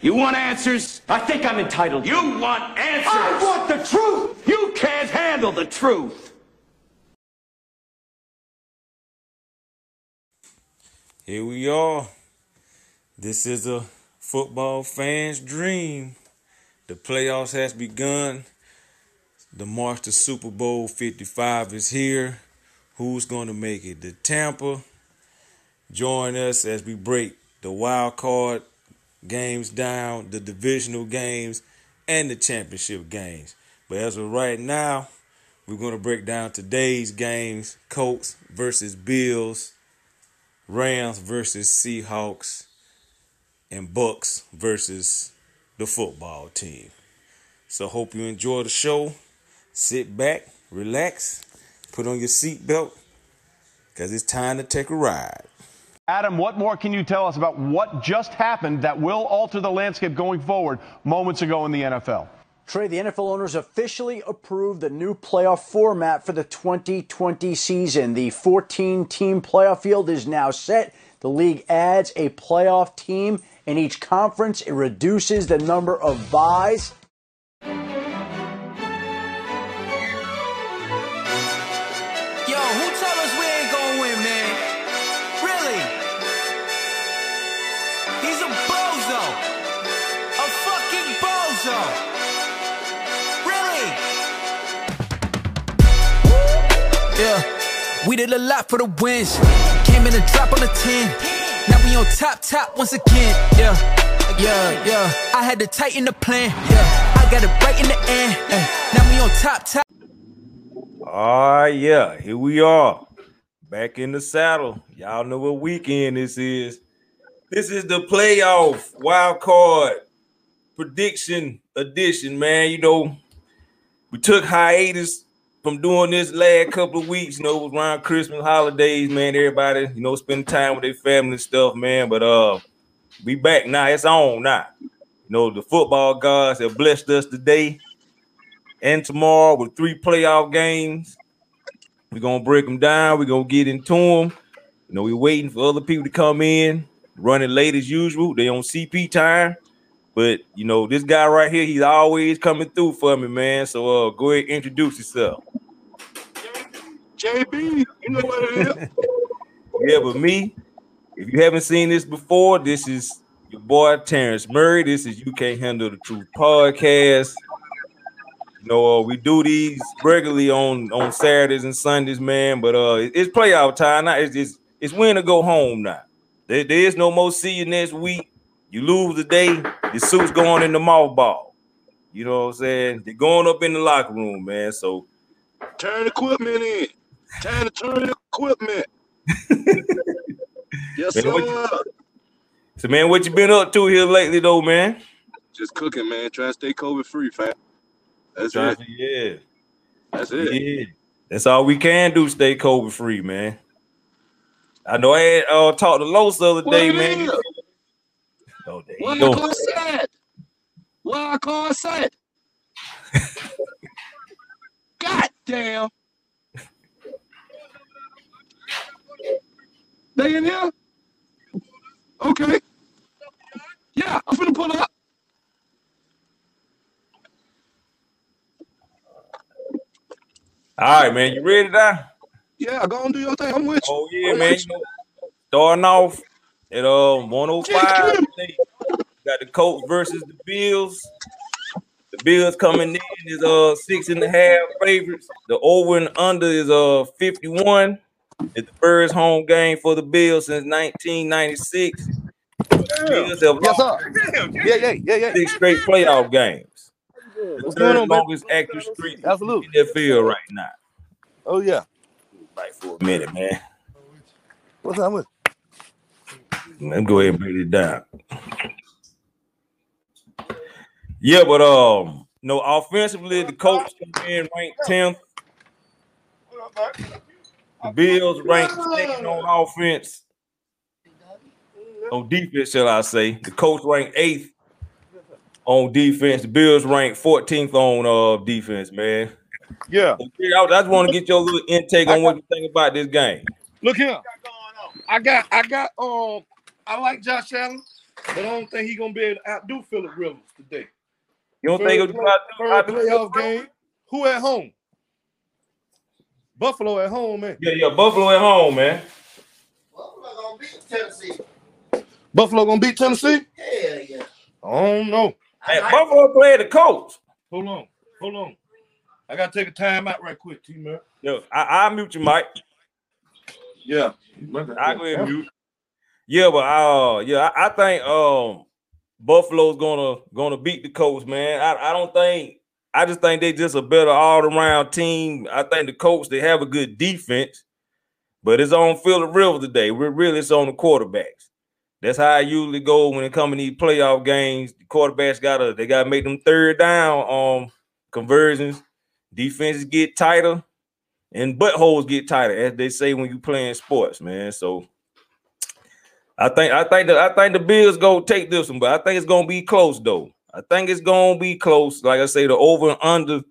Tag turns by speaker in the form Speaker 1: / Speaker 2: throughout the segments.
Speaker 1: You want answers?
Speaker 2: I think I'm entitled.
Speaker 1: You want answers?
Speaker 2: I want the truth!
Speaker 1: You can't handle the truth.
Speaker 3: Here we are. This is a football fan's dream. The playoffs has begun. The march to Super Bowl 55 is here. Who's going to make it? The Tampa. Join us as we break the wild card games down, the divisional games, and the championship games. But as of right now, we're going to break down today's games Colts versus Bills, Rams versus Seahawks, and Bucks versus the football team. So, hope you enjoy the show. Sit back, relax, put on your seatbelt, because it's time to take a ride.
Speaker 4: Adam, what more can you tell us about what just happened that will alter the landscape going forward moments ago in the NFL?
Speaker 5: Trey, the NFL owners officially approved the new playoff format for the 2020 season. The 14 team playoff field is now set. The league adds a playoff team in each conference, it reduces the number of buys.
Speaker 6: Yo, who tell us we ain't gonna win, man? Really? He's a bozo. A fucking bozo. Really? Yeah, we did a lot for the wins. Came in and drop on the 10. Now we on top, top once again. Yeah, yeah, yeah. I had to tighten the plan. Yeah, I got it right in the end. eh. Now we on top, top.
Speaker 3: Ah, yeah, here we are back in the saddle. Y'all know what weekend this is. This is the playoff wild card prediction edition, man. You know, we took hiatus from doing this last couple of weeks. You know, it was around Christmas holidays, man. Everybody, you know, spending time with their family and stuff, man. But uh, we back now. It's on now. You know, the football gods have blessed us today and tomorrow with three playoff games. We're gonna break them down. We're gonna get into them. You know, we're waiting for other people to come in, running late as usual. They on CP time, but you know this guy right here, he's always coming through for me, man. So uh, go ahead, introduce yourself.
Speaker 1: JB, you know what it is.
Speaker 3: Yeah, but me, if you haven't seen this before, this is your boy Terrence Murray. This is You Can't Handle the Truth podcast. You know, uh, we do these regularly on on Saturdays and Sundays, man. But uh, it- it's playoff time now. It's it's, it's win or go home now. There, there is no more see you next week. You lose today, your suit's going in the ball. You know what I'm saying? They're going up in the locker room, man. So
Speaker 1: Turn equipment in. Time to turn the equipment. yes,
Speaker 3: Man, what
Speaker 1: sir.
Speaker 3: so man, what you been up to here lately though, man?
Speaker 1: Just cooking, man. Trying to stay COVID free, fam. That's it.
Speaker 3: Johnson, yeah.
Speaker 1: That's it.
Speaker 3: Yeah. That's all we can do. Stay COVID free, man. I know I had, uh, talked to Los the other
Speaker 1: What
Speaker 3: day,
Speaker 1: it
Speaker 3: man.
Speaker 1: is?
Speaker 3: Oh, there
Speaker 1: What
Speaker 3: you
Speaker 1: I
Speaker 3: go.
Speaker 1: call said. What I call said. God damn. They in here? Okay. Yeah, I'm finna pull up.
Speaker 3: All right, man. You ready now?
Speaker 1: Yeah, go and do your thing. I'm with you.
Speaker 3: Oh yeah,
Speaker 1: I'm
Speaker 3: man.
Speaker 1: with
Speaker 3: You know, starting off at um 105.
Speaker 1: Get him.
Speaker 3: today, Got the Colts versus the Bills. The Bills coming in is uh six and a half favorites. The over and under is uh 51. It's the first home game for the Bills since 1996. The Bills have
Speaker 7: Yes,
Speaker 3: lost
Speaker 7: sir. Yeah, yeah, yeah, yeah.
Speaker 3: six straight playoff games. The
Speaker 7: What's
Speaker 3: third
Speaker 7: going on, man?
Speaker 3: longest active streak in
Speaker 7: Absolutely.
Speaker 3: the field right now.
Speaker 7: Oh yeah.
Speaker 3: Like for a minute, man.
Speaker 7: What's up with?
Speaker 3: Let me go ahead and break it down. Yeah, but um, no, offensively, the Colts come in ranked tenth. The Bills ranked second on offense. On defense, shall I say? The Colts ranked eighth on defense. The Bills ranked fourteenth on uh defense. Man,
Speaker 7: Yeah.
Speaker 3: I just want to get your little intake on what you think about this game.
Speaker 7: Look here. I got I got um I like Josh Allen. But I don't think he's gonna be able to outdo Philip Rivers today.
Speaker 3: You don't think it was
Speaker 7: Third
Speaker 3: about
Speaker 7: play- third playoff game. Who at home? Buffalo at home, man.
Speaker 3: Yeah, yeah, Buffalo at home, man.
Speaker 8: Buffalo gonna beat Tennessee.
Speaker 7: Buffalo gonna beat Tennessee?
Speaker 8: Hell yeah.
Speaker 7: I don't know.
Speaker 3: Hey, Buffalo played the Colts.
Speaker 7: Hold on, hold on. I gotta take a time out right quick, T man.
Speaker 3: Yo, I, I mute you, Mike.
Speaker 7: Yeah.
Speaker 3: I go ahead and mute. Yeah, but uh, yeah, I, I think um, Buffalo's gonna gonna beat the Colts, man. I, I don't think. I just think they just a better all around team. I think the Colts they have a good defense, but it's on Philip Rivers today. We're really it's on the quarterbacks. That's how I usually go when it comes to these playoff games. The quarterbacks gotta they gotta make them third down um conversions. Defenses get tighter and buttholes get tighter, as they say when you playing sports, man. So I think I think the I think the Bills go take this one, but I think it's gonna be close though. I think it's gonna be close. Like I say, the over and under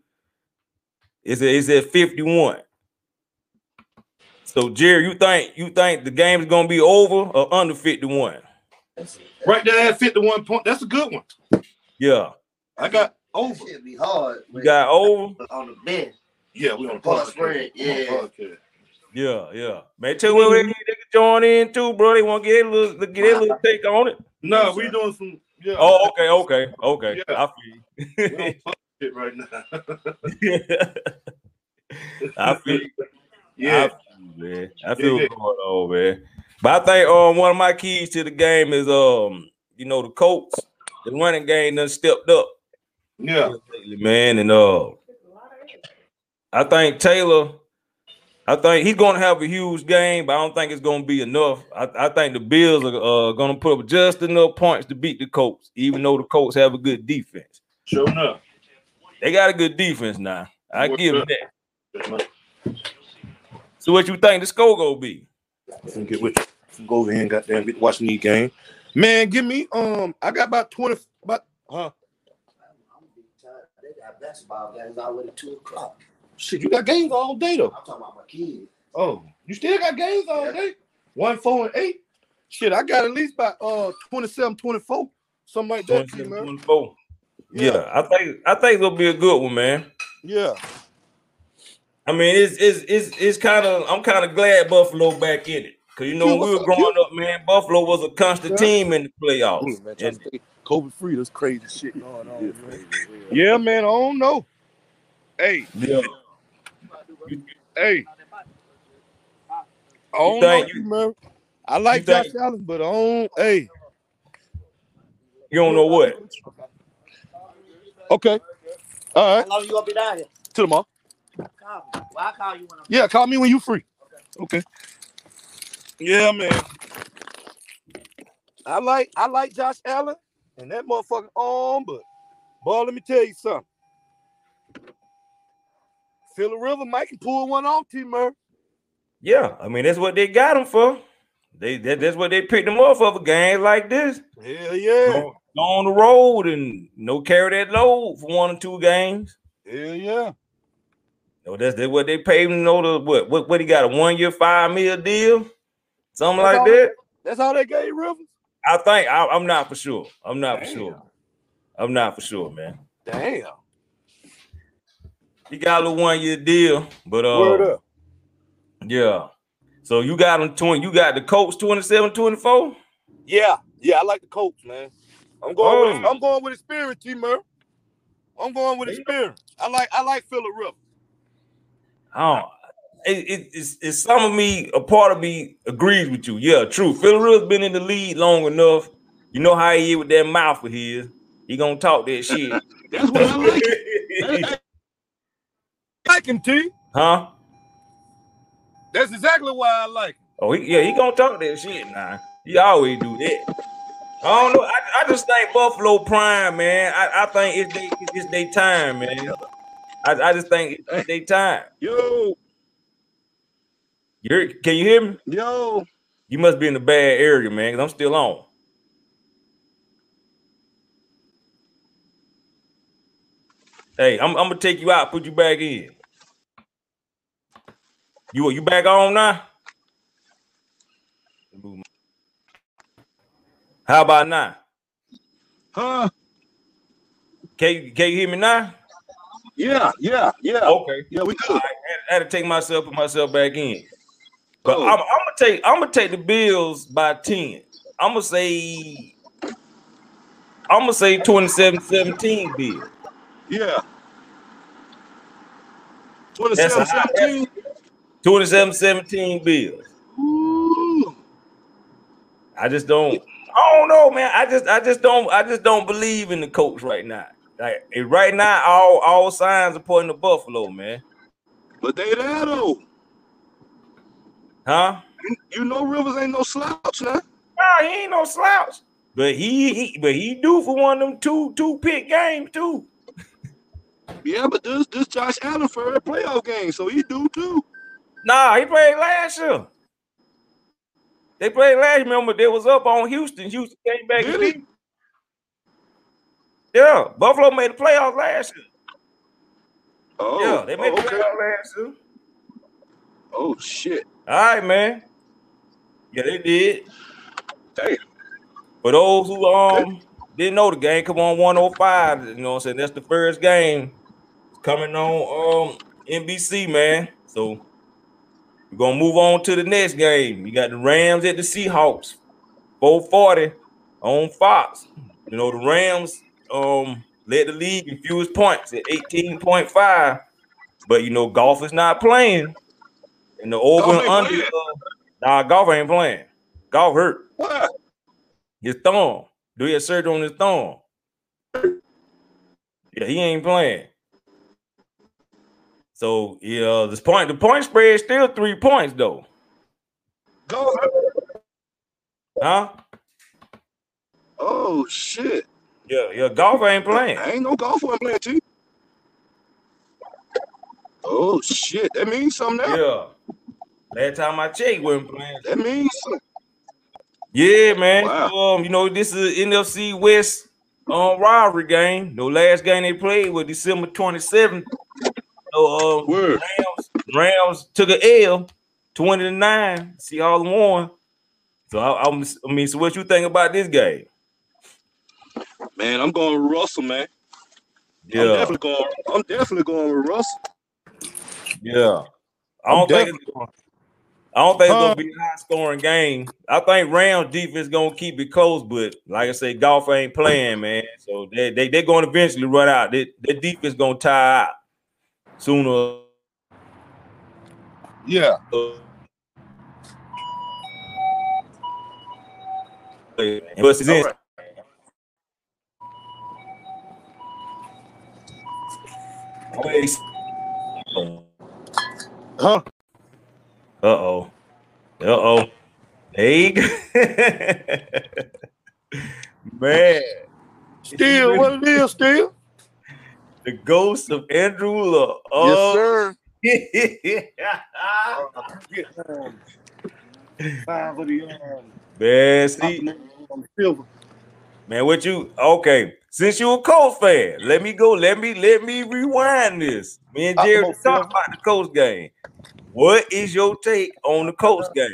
Speaker 3: is at, is at 51. So Jerry, you think you think the game's gonna be over or under 51?
Speaker 7: Right there at 51 point. That's a good one.
Speaker 3: Yeah,
Speaker 7: I got
Speaker 8: That
Speaker 7: over.
Speaker 8: shit be hard.
Speaker 3: you
Speaker 8: when-
Speaker 3: got over.
Speaker 8: on the bench.
Speaker 7: Yeah, we on the
Speaker 8: Plus
Speaker 7: podcast.
Speaker 8: spread,
Speaker 7: We on the
Speaker 8: yeah.
Speaker 7: podcast.
Speaker 3: Yeah, yeah. Make sure they, they can join in too, bro. They want to get a little get their little take on it.
Speaker 7: No, we doing some yeah.
Speaker 3: Oh, okay, okay, okay.
Speaker 7: Yeah.
Speaker 3: I
Speaker 7: we
Speaker 3: feel you.
Speaker 7: on fuck shit right now.
Speaker 3: I feel, yeah,
Speaker 7: yeah.
Speaker 3: I feel, you, man. I feel
Speaker 7: yeah.
Speaker 3: what's going on, man. But I think um one of my keys to the game is um you know the Colts, the running game done stepped up
Speaker 7: Yeah.
Speaker 3: lately, man, and uh I think Taylor. I think he's going to have a huge game, but I don't think it's going to be enough. I, I think the Bills are uh, going to put up just enough points to beat the Colts, even though the Colts have a good defense.
Speaker 7: Sure enough.
Speaker 3: They got a good defense now. I
Speaker 7: What's
Speaker 3: give
Speaker 7: up?
Speaker 3: them that. So what you think the score gonna be?
Speaker 7: Let me get with you. Go over here and goddamn get watching these game. Man, give me um I got about 20 about huh.
Speaker 8: I'm gonna be tired. They got basketball games all the way to two o'clock.
Speaker 7: Shit, you got games all day though.
Speaker 8: I'm talking about my kids.
Speaker 7: Oh, you still got games all
Speaker 8: Yeah.
Speaker 7: day? One, four, and eight? Shit, I got at least about uh 27, 24, something like that. T,
Speaker 3: 27,
Speaker 7: man.
Speaker 3: 24. Yeah. I think I think it'll be a good one, man.
Speaker 7: Yeah.
Speaker 3: I mean, it's it's it's it's kind of I'm kind of glad Buffalo back in it because you know
Speaker 7: Yeah,
Speaker 3: when we were
Speaker 7: what's up,
Speaker 3: growing up, man. Buffalo was a constant
Speaker 7: Yeah.
Speaker 3: team in the playoffs.
Speaker 9: Ooh, man, trying
Speaker 3: And
Speaker 9: to stay COVID free. That's crazy shit going on. man.
Speaker 7: Yeah, man. I don't know. Hey,
Speaker 3: yeah,
Speaker 7: hey. I don't know,
Speaker 3: think-
Speaker 7: T, man. I like
Speaker 3: you
Speaker 7: Josh
Speaker 3: think-
Speaker 7: Allen, but I don't hey.
Speaker 3: you don't know what.
Speaker 7: Okay. All
Speaker 8: How
Speaker 7: right.
Speaker 8: long you gonna be down here?
Speaker 7: Till tomorrow.
Speaker 8: Call me. Well, I call you when I'm.
Speaker 7: Yeah, call me when you free. Okay. Yeah, man. I like I like Josh Allen and that motherfucker on, but boy, let me tell you something. Phil River might can pull one off, T Murray.
Speaker 3: Yeah, I mean that's what they got them for. They that, that's what they picked them up for for games like this.
Speaker 7: Hell yeah.
Speaker 3: Go, go on the road and no carry that load for one or two games.
Speaker 7: Hell yeah.
Speaker 3: No, that's, that's what they paid him. Know the what? What? What he got a one year five mil deal, something
Speaker 7: That's
Speaker 3: like
Speaker 7: all
Speaker 3: that.
Speaker 7: That's how they gave Rivers.
Speaker 3: I think I, I'm not for sure. I'm not for
Speaker 7: Damn.
Speaker 3: sure. I'm not for sure, man.
Speaker 7: Damn.
Speaker 3: He got a little one year deal, but
Speaker 7: Word
Speaker 3: uh,
Speaker 7: up.
Speaker 3: yeah. So you got him twenty. You got the Colts 27, 24?
Speaker 7: Yeah. Yeah, I like the coach, man. I'm going with
Speaker 3: Oh.
Speaker 7: I'm going with experience, T Murray. I'm going with experience. I like I like Phil River.
Speaker 3: I don't. It, it, it's, it's some of me, a part of me agrees with you. Yeah, true. Phil Rivers been in the lead long enough. You know how he is with that mouth of his. He gonna talk that shit,
Speaker 10: That's what I like. That-
Speaker 7: like him, T.
Speaker 3: huh?
Speaker 7: That's exactly why I like him.
Speaker 3: Oh, he, yeah, he gonna talk that shit now. He always do that. I don't know. I, I just think Buffalo Prime, man. I, I think it's they it's they time, man. I, I just think it's they time.
Speaker 7: Yo,
Speaker 3: You heard, can you hear me?
Speaker 7: yo.
Speaker 3: You must be in a bad area, man, because I'm still on. Hey, I'm, I'm gonna take you out, put you back in. You you back on now? How about now?
Speaker 1: Huh?
Speaker 3: Can you, can you hear me now?
Speaker 7: Yeah, yeah, yeah.
Speaker 3: Okay.
Speaker 7: Yeah, we good.
Speaker 3: I had, I had to take myself and myself back in. But
Speaker 7: Oh.
Speaker 3: I'm, I'm gonna take I'm gonna take the Bills by 10. I'm gonna say I'm gonna say 27-17 Bills.
Speaker 7: Yeah.
Speaker 3: That's a
Speaker 7: 27
Speaker 3: high-
Speaker 7: 17.
Speaker 3: 27-17 Bills.
Speaker 7: Ooh.
Speaker 3: I just don't. I don't know, man. I just, I just don't, I just don't believe in the coach right now. Like eh, right now, all all signs are pointing to Buffalo, man.
Speaker 7: But they there though.
Speaker 3: Huh?
Speaker 7: You, you know Rivers ain't no slouch now.
Speaker 3: Nah, he ain't no slouch. But he, he but he do for one of them two two pick games too.
Speaker 7: Yeah, but this this Josh Allen for every playoff game, so he do too.
Speaker 3: Nah, he played last year. They played last. Remember, they was up on Houston. Houston came back. and
Speaker 7: Did he?
Speaker 3: beat 'em. Yeah, Buffalo made the playoffs last year.
Speaker 7: Oh,
Speaker 3: yeah, they made
Speaker 7: oh,
Speaker 3: the
Speaker 7: okay.
Speaker 3: playoffs last year.
Speaker 7: Oh shit.
Speaker 3: All right, man. Yeah, they did.
Speaker 7: Damn.
Speaker 3: For those who um didn't know the game, come on 105. You know what I'm saying? That's the first game coming on um NBC, man. So we're gonna move on to the next game. You got the Rams at the Seahawks, 440 on Fox. You know, the Rams um led the league in fewest points at 18.5. But you know, golf is not playing. And the over
Speaker 7: Golf
Speaker 3: and
Speaker 7: ain't
Speaker 3: under
Speaker 7: playing.
Speaker 3: uh, nah, golf ain't playing. Golf hurt
Speaker 7: Why?
Speaker 3: his thumb. Do he have surgery on his thumb? Yeah, he ain't playing. So yeah, this point the point spread is still three points though,
Speaker 7: Go.
Speaker 3: huh?
Speaker 7: Oh shit.
Speaker 3: Yeah, yeah, golf ain't playing.
Speaker 7: I ain't no golf one playing too. Oh shit. That means something now.
Speaker 3: Yeah, last time I checked, wasn't playing.
Speaker 7: That means something.
Speaker 3: Yeah, man.
Speaker 7: Wow.
Speaker 3: Um, you know this is a NFC West um rivalry game. The last game they played was December twenty seventh. So um,
Speaker 7: Word.
Speaker 3: Rams, Rams took a L, twenty to nine. See all won. So I, I'm, I mean, so what you think about this game?
Speaker 7: Man, I'm going with Russell, man. I'm
Speaker 3: Yeah,
Speaker 7: definitely going. I'm definitely going with Russell.
Speaker 3: yeah. I don't think it's, I don't think it's gonna be a high scoring game. I think Rams defense gonna keep it close, but like I say, golf ain't playing, man. So they they they're gonna eventually run out. They, their defense gonna tie out sooner.
Speaker 11: Yeah.
Speaker 3: or later. But since
Speaker 7: All right.
Speaker 3: uh
Speaker 11: Huh?
Speaker 3: oh, uh oh, hey, man.
Speaker 11: Still, what it is, still.
Speaker 3: The ghost of Andrew Luck.
Speaker 11: Yes,
Speaker 3: Oh,
Speaker 11: sir.
Speaker 3: man,
Speaker 11: Get, um, five of the, um,
Speaker 3: see,
Speaker 11: um, silver.
Speaker 3: man, what you okay? Since you a Colts fan, let me go. Let me let me rewind this. Me and
Speaker 11: I
Speaker 3: Jerry
Speaker 11: almost
Speaker 3: talk
Speaker 11: fell.
Speaker 3: about the Colts game. What is your take on the Colts game?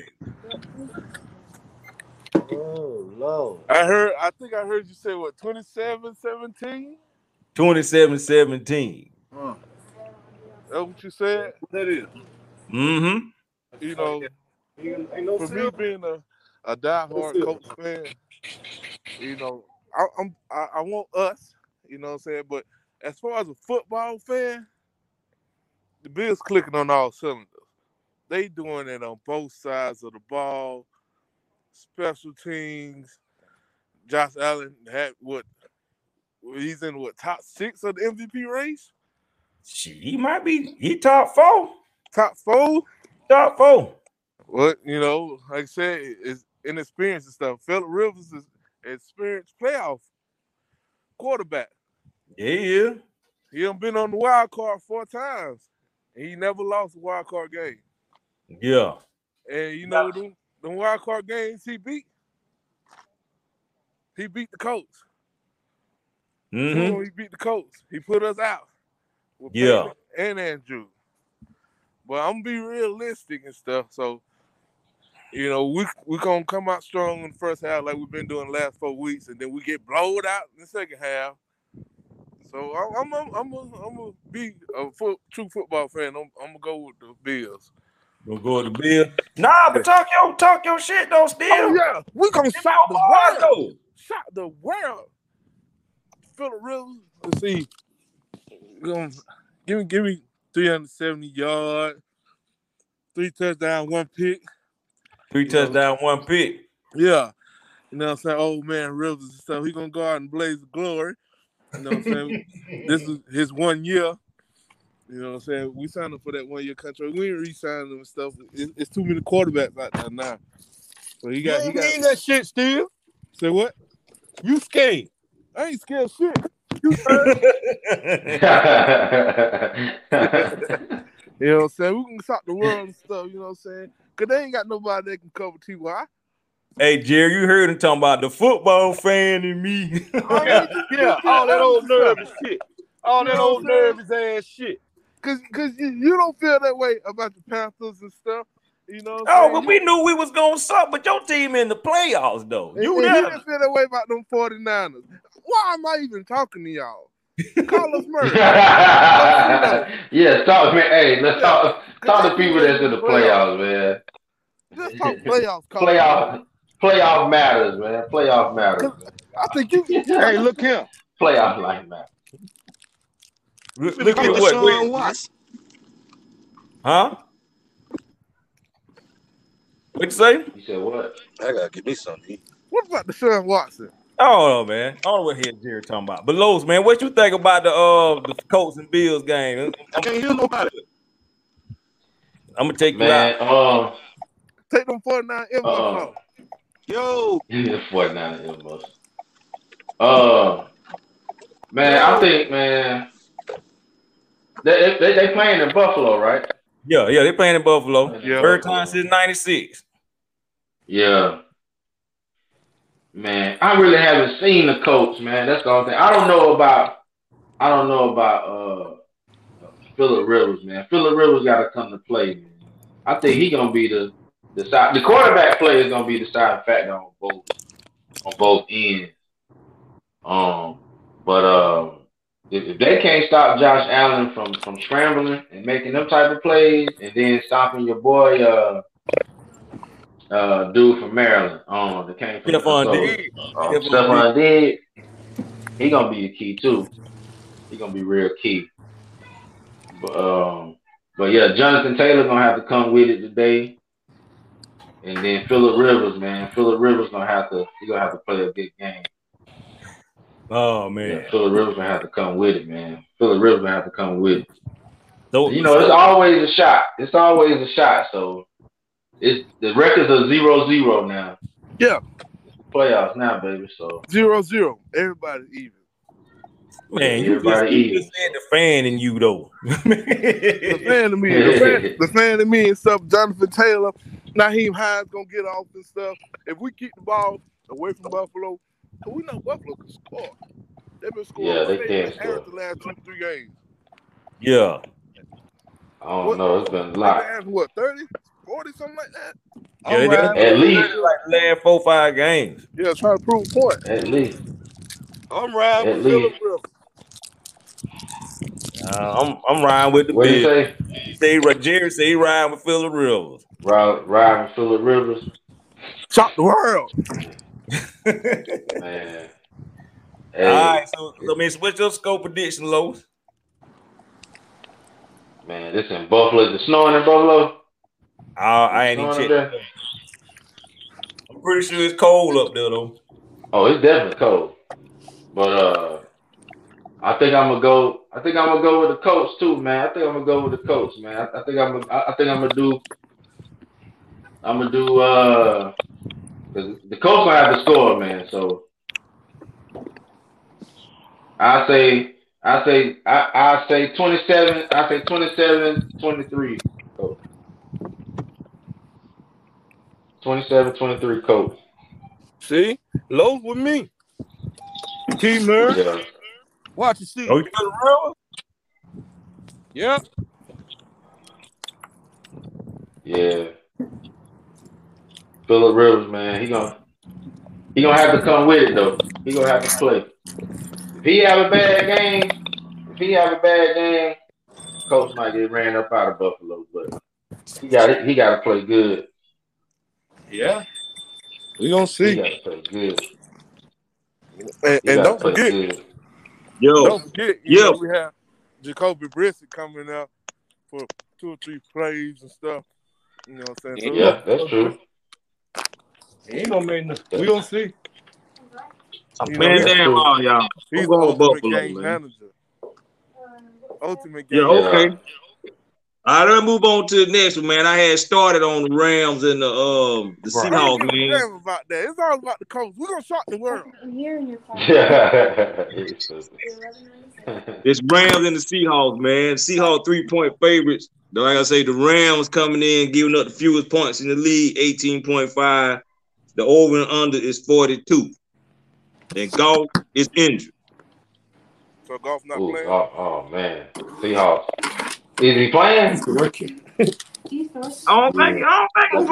Speaker 12: Oh, Lord.
Speaker 11: I heard. I think I heard you say what 27, 17?
Speaker 3: 27-17.
Speaker 11: That what you said?
Speaker 7: That is.
Speaker 3: Mm-hmm.
Speaker 11: You know,
Speaker 7: Ain't ain't no
Speaker 11: for me being a, a diehard Colts fan, you know, I, I'm I, I want us, you know what I'm saying? But as far as a football fan, the Bills clicking on all cylinders. They doing it on both sides of the ball, special teams. Josh Allen had what he's in what top six of the MVP race?
Speaker 3: Shit, he might be he top four.
Speaker 11: Top four?
Speaker 3: Top four.
Speaker 11: What you know, like I said, it's inexperienced and stuff. Philip Rivers is an experienced playoff quarterback.
Speaker 3: Yeah, yeah.
Speaker 11: He done been on the wild card four times. And he never lost a wild card game.
Speaker 3: Yeah.
Speaker 11: And you know them, them wild card games he beat. He beat the Colts. Two of
Speaker 3: Mm-hmm.
Speaker 11: 'em He beat the Colts. He put us out. with
Speaker 3: Yeah.
Speaker 11: Peyton And Andrew. But I'm gonna be realistic and stuff. So You know, we we gonna come out strong in the first half like we've been doing the last four weeks, and then we get blowed out in the second half. So I- I'm I'm I'm gonna I'm gonna be a foot, true football fan. I'm, I'm gonna go with the Bills.
Speaker 3: Gonna go to the bill. Nah, but talk your talk your shit though, still.
Speaker 11: Oh yeah, we gonna
Speaker 3: Them
Speaker 11: shock
Speaker 3: your
Speaker 11: the
Speaker 3: boys,
Speaker 11: world.
Speaker 3: though.
Speaker 11: Shock the world. Philip Rivers. Let's see. Um, give me give me 370 yards, three touchdowns, one pick.
Speaker 3: Three
Speaker 11: You know.
Speaker 3: touchdown, one pick.
Speaker 11: Yeah. You know what I'm saying? Old man Rivers. So he gonna go out and blaze the glory. You know what I'm saying? this is his one year. You know what I'm saying? We signed him for that one year contract. We ain't re-signing him and stuff. It's, it's too many quarterbacks out there now. So he got he got
Speaker 3: that shit, still.
Speaker 11: say what?
Speaker 3: You scared.
Speaker 11: I ain't scared of shit. You know what I'm saying? We can stop the world and stuff, you know what I'm saying? Cause they ain't got nobody that can cover TY.
Speaker 3: hey Jerry, you heard him talking about the football fan in me.
Speaker 2: yeah, all that old nervous shit. All that
Speaker 11: You know
Speaker 2: old
Speaker 11: what I'm saying?
Speaker 2: nervous ass shit.
Speaker 11: Cause cause you, you don't feel that way about the Panthers and stuff. You know what I'm
Speaker 3: oh,
Speaker 11: saying?
Speaker 3: but we knew we was gonna suck. But your team in the playoffs though.
Speaker 11: And-
Speaker 3: You
Speaker 11: and
Speaker 3: there?
Speaker 11: didn't feel that way about them 49ers. Why am I even talking to y'all? Carlos Murray.
Speaker 8: yeah, stop, man. Hey, let's
Speaker 11: Yeah.
Speaker 8: talk, talk to people that's in the playoffs, man.
Speaker 11: Let's talk playoffs, Carlos. Murray.
Speaker 8: Playoff, playoff matters, man. Playoff matters.
Speaker 11: I think you
Speaker 8: Man.
Speaker 2: Hey, look here.
Speaker 8: playoff life matters.
Speaker 3: Look,
Speaker 7: Look
Speaker 3: look at what?
Speaker 7: Sean
Speaker 3: Wait,
Speaker 7: Watts.
Speaker 3: huh? What you say?
Speaker 8: You said what?
Speaker 7: I gotta get me something to eat.
Speaker 11: what about Deshaun Watson?
Speaker 3: Oh man, I don't know what here Jerry talking about. But Lowe's, man, what you think about the uh the Colts and Bills game?
Speaker 7: I
Speaker 3: I'm,
Speaker 7: can't hear nobody.
Speaker 3: I'm gonna take you out.
Speaker 8: Man, um,
Speaker 11: Take them 49 inbox
Speaker 8: Uh-uh.
Speaker 11: off.
Speaker 7: Uh, Yo,
Speaker 8: Yeah, 49 inbox. Uh, man, I think, man, they, they, they playing in Buffalo, right?
Speaker 3: Yeah, yeah, they playing in Buffalo.
Speaker 11: Yeah.
Speaker 3: Third time since '96.
Speaker 8: Yeah. Man, I really haven't seen the Colts, man. That's the only thing. I don't know about, I don't know about uh Phillip Rivers, man. Phillip Rivers got to come to play, man. I think he gonna be the the side, the quarterback play is gonna be the side factor on both on both ends. Um, but um, if, if they can't stop Josh Allen from from scrambling and making them type of plays, and then stopping your boy uh uh dude from Maryland, um, that came from
Speaker 3: Stephon
Speaker 8: Minnesota,
Speaker 3: Diggs.
Speaker 8: um,
Speaker 3: Stephon
Speaker 8: Stephon Diggs, he gonna be the key too. He gonna be real key. But um, but yeah, Jonathan Taylor gonna have to come with it today. And then Phillip Rivers, man, Phillip Rivers gonna have to he gonna have to play a good game.
Speaker 3: Oh
Speaker 8: Yeah,
Speaker 3: man,
Speaker 8: Phillip Rivers gonna have to come with it, man. Phillip Rivers gonna have to come with it.
Speaker 3: so
Speaker 8: You know, it's always a shot. It's always a shot. So it's the records are zero zero now.
Speaker 11: Yeah,
Speaker 8: It's the playoffs now, baby. So
Speaker 11: zero zero. Everybody even.
Speaker 3: man, you just,
Speaker 8: Everybody
Speaker 3: you just
Speaker 8: eating.
Speaker 3: said the fan in you though.
Speaker 11: The fan to me, the fan, the fan to me and stuff. Jonathan Taylor, Naheem Hines gonna get off and stuff. If we keep the ball away from Buffalo, 'cause we know Buffalo can score. They've been scoring.
Speaker 8: Yeah, they
Speaker 11: They've
Speaker 8: can
Speaker 11: been
Speaker 8: score.
Speaker 11: average the last two, three games.
Speaker 3: yeah,
Speaker 8: I don't
Speaker 11: What-
Speaker 8: know. It's been a
Speaker 11: They've been
Speaker 8: lot.
Speaker 11: averaging what 30, 40, something like that.
Speaker 3: yeah, they
Speaker 11: All
Speaker 3: done
Speaker 11: right.
Speaker 8: At least,
Speaker 3: did like the last four five games.
Speaker 11: Yeah, trying to prove a point.
Speaker 8: at least,
Speaker 7: I'm riding
Speaker 8: at
Speaker 7: with Philip
Speaker 8: least.
Speaker 7: Rivers.
Speaker 3: Uh, I'm I'm riding with the
Speaker 8: What do you
Speaker 3: Bills.
Speaker 8: say?
Speaker 3: He say Jerry say he riding with Phillip Rivers.
Speaker 8: Rod, Rod and Phillip Rivers,
Speaker 11: Shock the world.
Speaker 8: man.
Speaker 3: All
Speaker 8: Hey,
Speaker 3: right, so, so I mean, what's your scope prediction, Lowe's?
Speaker 8: man. This in Buffalo. Is it snowing in Buffalo?
Speaker 3: I, I
Speaker 8: It's
Speaker 3: ain't even
Speaker 8: snowing up
Speaker 3: checked.
Speaker 8: there?
Speaker 3: I'm pretty sure it's cold up there though.
Speaker 8: Oh, it's definitely cold. But uh, I think I'm gonna go. I think I'm gonna go with the Colts too, man. I think I'm gonna go with the Colts, man. I, I think I'm. Gonna, I, I think I'm gonna do. I'm gonna do. Uh, 'cause the Colts gonna have to score, man. So I say. I say. I, I say 27. I say 27, 23. Colts. 27, 23 Colts.
Speaker 11: See, low with me. Team nerd.
Speaker 8: Yeah.
Speaker 11: Watch and see.
Speaker 3: Oh, you Phillip Rivers?
Speaker 11: Yeah.
Speaker 8: Yeah. Phillip Rivers, man, he gonna he gonna have to come with it though. He gonna have to play. If he have a bad game, if he have a bad game, coach might get ran up out of Buffalo. But he got he got to play good.
Speaker 2: Yeah. We gonna see.
Speaker 8: He got to play good.
Speaker 11: And,
Speaker 8: He
Speaker 11: and
Speaker 8: gotta
Speaker 11: don't
Speaker 8: play
Speaker 11: forget,
Speaker 8: good.
Speaker 11: don't forget, you
Speaker 3: Yo.
Speaker 11: know, we have Jacoby Brissett coming out for two or three plays and stuff. You know what I'm saying?
Speaker 8: Yeah, that's true.
Speaker 2: He ain't gonna make nothing. We gonna see.
Speaker 3: I'm
Speaker 11: You
Speaker 3: playing
Speaker 11: know,
Speaker 3: damn all y'all.
Speaker 11: He's
Speaker 3: I'm
Speaker 11: the
Speaker 3: going
Speaker 11: ultimate
Speaker 3: Buffalo,
Speaker 11: game
Speaker 3: man.
Speaker 11: manager. Ultimate game.
Speaker 3: Yeah, okay. I done move on to the next one, man. I had started on the Rams and the um the
Speaker 8: Right.
Speaker 11: I
Speaker 3: Seahawks,
Speaker 11: don't give a
Speaker 3: man.
Speaker 11: damn about that. It's all about the coach. We're gonna shock the world.
Speaker 8: Yeah.
Speaker 3: It's Rams and the Seahawks, man. Seahawks three point favorites. Though, Like I say, the Rams coming in, giving up the fewest points in the league, eighteen point five. The over and under is forty two. And golf is injured.
Speaker 11: So golf not
Speaker 8: Ooh,
Speaker 11: playing.
Speaker 8: oh, oh man, Seahawks. Is he playing?
Speaker 3: I don't think I don't think he's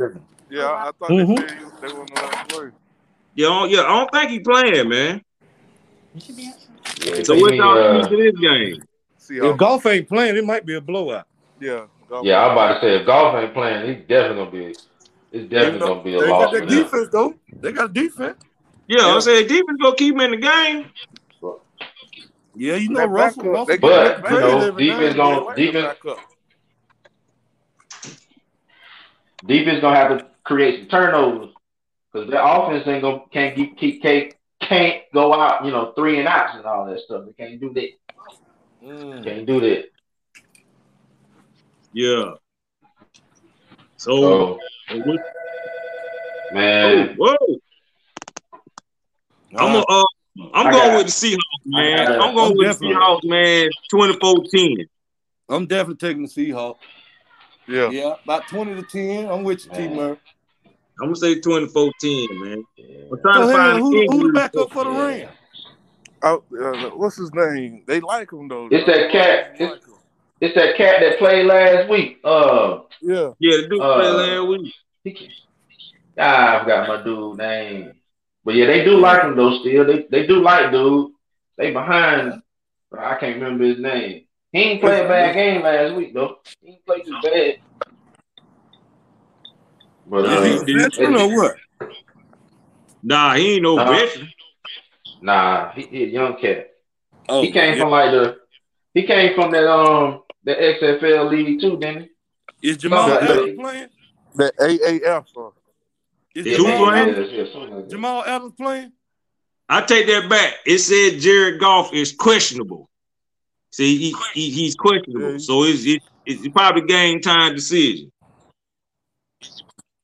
Speaker 3: playing.
Speaker 11: Yeah, I thought
Speaker 2: Mhm.
Speaker 11: they said you- they were the last play.
Speaker 3: You don't, yeah, I don't think he's playing, man.
Speaker 8: Yeah,
Speaker 3: So
Speaker 8: he-
Speaker 3: what y'all
Speaker 8: uh,
Speaker 3: uh, to this game?
Speaker 11: See,
Speaker 2: If golf ain't playing, it might be a blowout.
Speaker 11: yeah, golf.
Speaker 8: Yeah, I'm about to say if golf ain't playing, he's definitely gonna be. It's definitely
Speaker 2: Even though
Speaker 8: gonna be a
Speaker 2: they
Speaker 8: loss.
Speaker 2: got
Speaker 8: for
Speaker 2: that
Speaker 8: them.
Speaker 2: defense though. They got a defense.
Speaker 3: Yeah, I said defense gonna keep him in the game.
Speaker 2: Yeah, you know
Speaker 11: That
Speaker 2: Russell.
Speaker 11: backup-
Speaker 2: Russell
Speaker 11: they
Speaker 2: can
Speaker 8: got
Speaker 2: look
Speaker 8: that
Speaker 2: crazy
Speaker 8: backup.
Speaker 2: every now
Speaker 8: Defense
Speaker 2: and then.
Speaker 8: gonna-
Speaker 11: Wait,
Speaker 8: defense-
Speaker 11: back up.
Speaker 8: Defense gonna have to create some turnovers because their offense ain't gonna can't keep, keep can't, can't go out. You know, three and outs and all that stuff. They can't do that.
Speaker 2: Mm.
Speaker 8: Can't do that.
Speaker 3: Yeah. So
Speaker 8: So
Speaker 3: what- oh,
Speaker 8: man,
Speaker 3: whoa. I'm a, uh, I'm
Speaker 8: I
Speaker 3: going
Speaker 8: got-
Speaker 3: with the Seahawks, man.
Speaker 8: got-
Speaker 3: I'm going
Speaker 2: I'm
Speaker 3: with
Speaker 2: definitely-
Speaker 3: the Seahawks, man. 24-10.
Speaker 2: I'm definitely taking the Seahawks.
Speaker 11: Yeah.
Speaker 2: Yeah, about twenty to ten. I'm with you, T
Speaker 8: Man.
Speaker 2: Murray.
Speaker 3: I'm gonna say 24-10, man.
Speaker 8: yeah.
Speaker 3: I'm trying
Speaker 2: So
Speaker 3: to
Speaker 2: hell,
Speaker 3: find
Speaker 2: who,
Speaker 3: the
Speaker 2: who the
Speaker 3: injury.
Speaker 2: backup for the
Speaker 8: Yeah.
Speaker 2: Rams?
Speaker 11: Oh, uh, what's his name? They like him though.
Speaker 8: It's
Speaker 11: though.
Speaker 8: that cat.
Speaker 11: They like him.
Speaker 8: it's that cat that played last week. Uh,
Speaker 11: Yeah.
Speaker 3: Yeah, the dude
Speaker 8: Uh,
Speaker 3: played last week.
Speaker 8: he can, ah, I forgot my dude name. But yeah, they do like him though. Still, they they do like dude. They behind. but I can't remember his name. He ain't played a bad game last week though. He ain't played too bad. But
Speaker 3: Yeah,
Speaker 8: uh,
Speaker 2: Is he a veteran
Speaker 8: it-
Speaker 2: or what?
Speaker 3: Nah, he ain't no
Speaker 8: Nah.
Speaker 3: veteran.
Speaker 8: nah, he, he a young cat.
Speaker 2: Oh,
Speaker 8: He came from like the he came from that um the XFL league too, didn't he?
Speaker 2: Is Jamal
Speaker 8: Nah,
Speaker 2: Adams
Speaker 8: nah.
Speaker 2: playing?
Speaker 11: The AAF. uh,
Speaker 2: Is
Speaker 3: Yeah,
Speaker 8: Yeah,
Speaker 2: Jamal,
Speaker 3: man.
Speaker 2: Adams,
Speaker 8: yeah, yeah, something like that.
Speaker 2: Jamal Adams playing?
Speaker 3: I take that back. It said Jared Goff is questionable. See, he, he he's questionable.
Speaker 11: Yeah.
Speaker 3: So it's it, it's probably game time decision.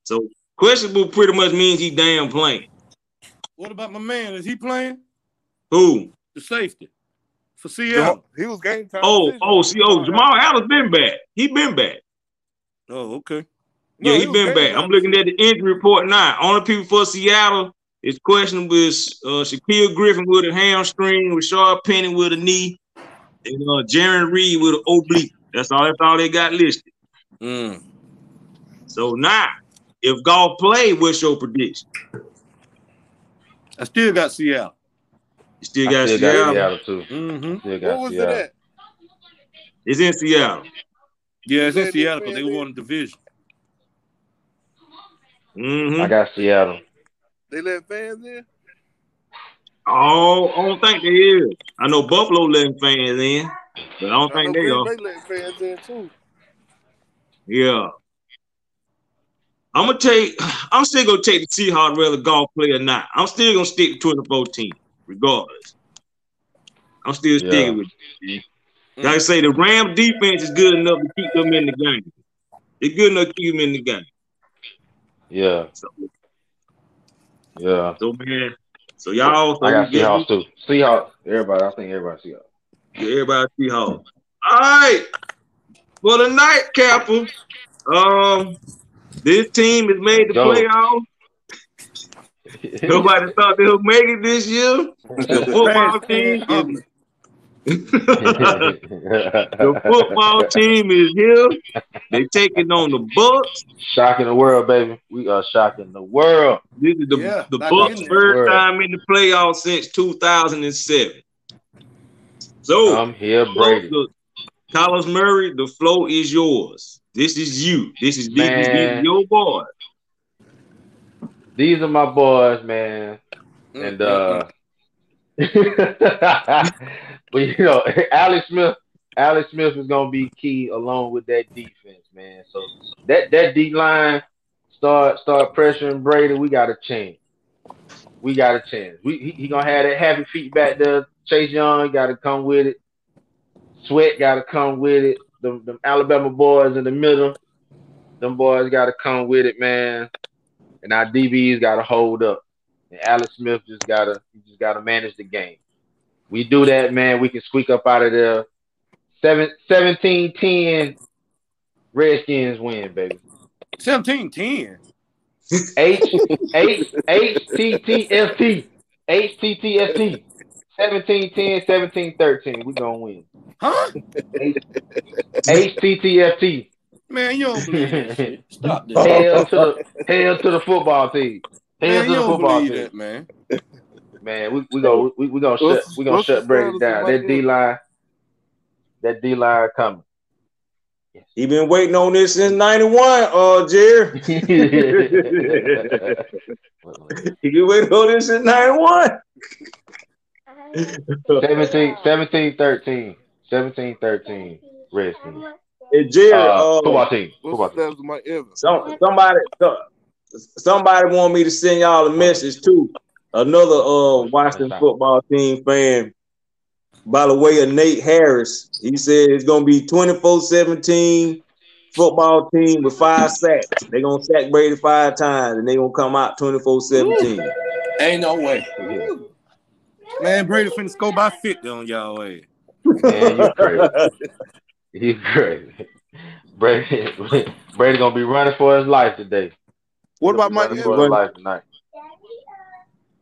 Speaker 3: So questionable pretty much means he damn playing.
Speaker 2: What about my man? Is he playing?
Speaker 3: Who?
Speaker 2: The safety for
Speaker 11: Jam-
Speaker 2: Seattle.
Speaker 11: He was game time.
Speaker 3: Oh,
Speaker 11: decision.
Speaker 3: oh, see, oh, Jamal Adams been back. He been back.
Speaker 2: Oh, okay.
Speaker 11: No,
Speaker 3: yeah,
Speaker 11: he
Speaker 3: he
Speaker 11: was
Speaker 3: been
Speaker 11: game
Speaker 3: back.
Speaker 11: time
Speaker 3: I'm looking at the injury report now. Only people for Seattle is questionable is uh, Shaquille Griffin with a hamstring, Rashard Penny with a knee, and uh, Jaron Reed with an oblique. That's all. That's all they got listed.
Speaker 2: Mm.
Speaker 3: So now, if golf play, what's your prediction?
Speaker 2: I still got Seattle.
Speaker 3: You still
Speaker 8: I
Speaker 3: got
Speaker 8: still
Speaker 3: Seattle.
Speaker 8: got Seattle too.
Speaker 2: Mm-hmm.
Speaker 8: Still got
Speaker 11: What was it
Speaker 8: Seattle.
Speaker 11: at?
Speaker 3: It's in Seattle.
Speaker 2: Yeah, it's in
Speaker 11: They- they
Speaker 2: Seattle because they
Speaker 11: playing
Speaker 2: won the division.
Speaker 3: Mm-hmm.
Speaker 8: I got Seattle.
Speaker 11: They let fans in.
Speaker 3: Oh, I don't think they is. I know Buffalo letting fans in, but I don't
Speaker 11: I know
Speaker 3: think they
Speaker 11: Green
Speaker 3: are.
Speaker 11: Bay let fans in too.
Speaker 3: Yeah. I'm gonna take. I'm still gonna take the Seahawks, whether golf play or not. I'm still gonna stick to 2014, regardless. I'm still
Speaker 8: Yeah.
Speaker 3: sticking with. It. man. Like I say, the Ram defense is good enough to keep them in the game. It's good enough to keep them in the game.
Speaker 8: Yeah,
Speaker 3: So,
Speaker 8: yeah.
Speaker 3: so man, so y'all, so
Speaker 8: I got
Speaker 3: we get-
Speaker 8: Seahawks too. Seahawks, everybody. I think everybody Seahawks.
Speaker 3: get everybody Seahawks. All right, for the night, Capper. Um, this team has made the
Speaker 8: Go.
Speaker 3: playoffs. Nobody thought they would make it this year. The football
Speaker 2: Fast
Speaker 3: team
Speaker 2: public.
Speaker 3: the football team is here. They taking on the Bucks.
Speaker 8: Shocking the world, baby. We are shocking the world.
Speaker 3: This is the,
Speaker 8: Yeah,
Speaker 3: the
Speaker 8: back
Speaker 3: Bucks'
Speaker 8: in there.
Speaker 3: first
Speaker 8: Word.
Speaker 3: time in the playoffs since 2007. So
Speaker 8: I'm here, Brady.
Speaker 3: Carlos Murray, the flow is yours. This is you. This is this, is- this is
Speaker 8: Man.
Speaker 3: your boy.
Speaker 8: These are my boys, man. And uh but you know, Alex Smith, Alex Smith is gonna be key along with that defense, man. So that that D line start start pressuring Brady. We got a chance. We got a chance. We he, he gonna have that happy feet back there. Chase Young got to come with it. Sweat got to come with it. Them, them Alabama boys in the middle. Them boys got to come with it, man. And our DBs got to hold up. And Alex Smith just gotta he just gotta manage the game. We do that, man. We can squeak up out of there. Seven, 17-10 Redskins win, baby.
Speaker 2: 17-10.
Speaker 8: H H H T T F T H T T F T 17-10, 17-13. We gonna win.
Speaker 2: Huh?
Speaker 8: H T T F T.
Speaker 2: Man, you don't believe that shit. Stop this.
Speaker 8: Hell to the hell to the football team. Hell
Speaker 2: Man, you
Speaker 8: to the
Speaker 2: don't
Speaker 8: football
Speaker 2: believe
Speaker 8: team.
Speaker 2: that, man.
Speaker 8: Man, we we go we, we gonna shut
Speaker 2: What's-
Speaker 8: we gonna
Speaker 2: what's
Speaker 8: shut
Speaker 2: the status
Speaker 8: Brady
Speaker 2: of
Speaker 8: down.
Speaker 2: my
Speaker 8: That D
Speaker 2: deal?
Speaker 8: line, that D line coming.
Speaker 3: He been waiting on this since '91, uh, Jerry. he been waiting on this since '91.
Speaker 8: 17, 17 13. 17 13. Redskins.
Speaker 3: Hey, Jerry,
Speaker 8: Uh,
Speaker 3: uh,
Speaker 8: football team. Football
Speaker 11: What's
Speaker 8: team.
Speaker 11: the status of Mike Evans?
Speaker 3: Some, somebody, somebody want me to send y'all a message too. Another uh Washington football team fan, by the way of Nate Harris, he said it's gonna be 24-17 football team with five sacks. They're gonna sack Brady five times and they're gonna come out 24-17.
Speaker 2: Ain't no way. Man, Brady finna score by 50 on y'all ass.
Speaker 8: Man, you crazy. You crazy. Brady, Brady gonna be running for his life today.
Speaker 11: What
Speaker 8: Gonna
Speaker 11: about
Speaker 8: be
Speaker 11: Mike
Speaker 8: running for his
Speaker 11: Evans?
Speaker 8: life tonight?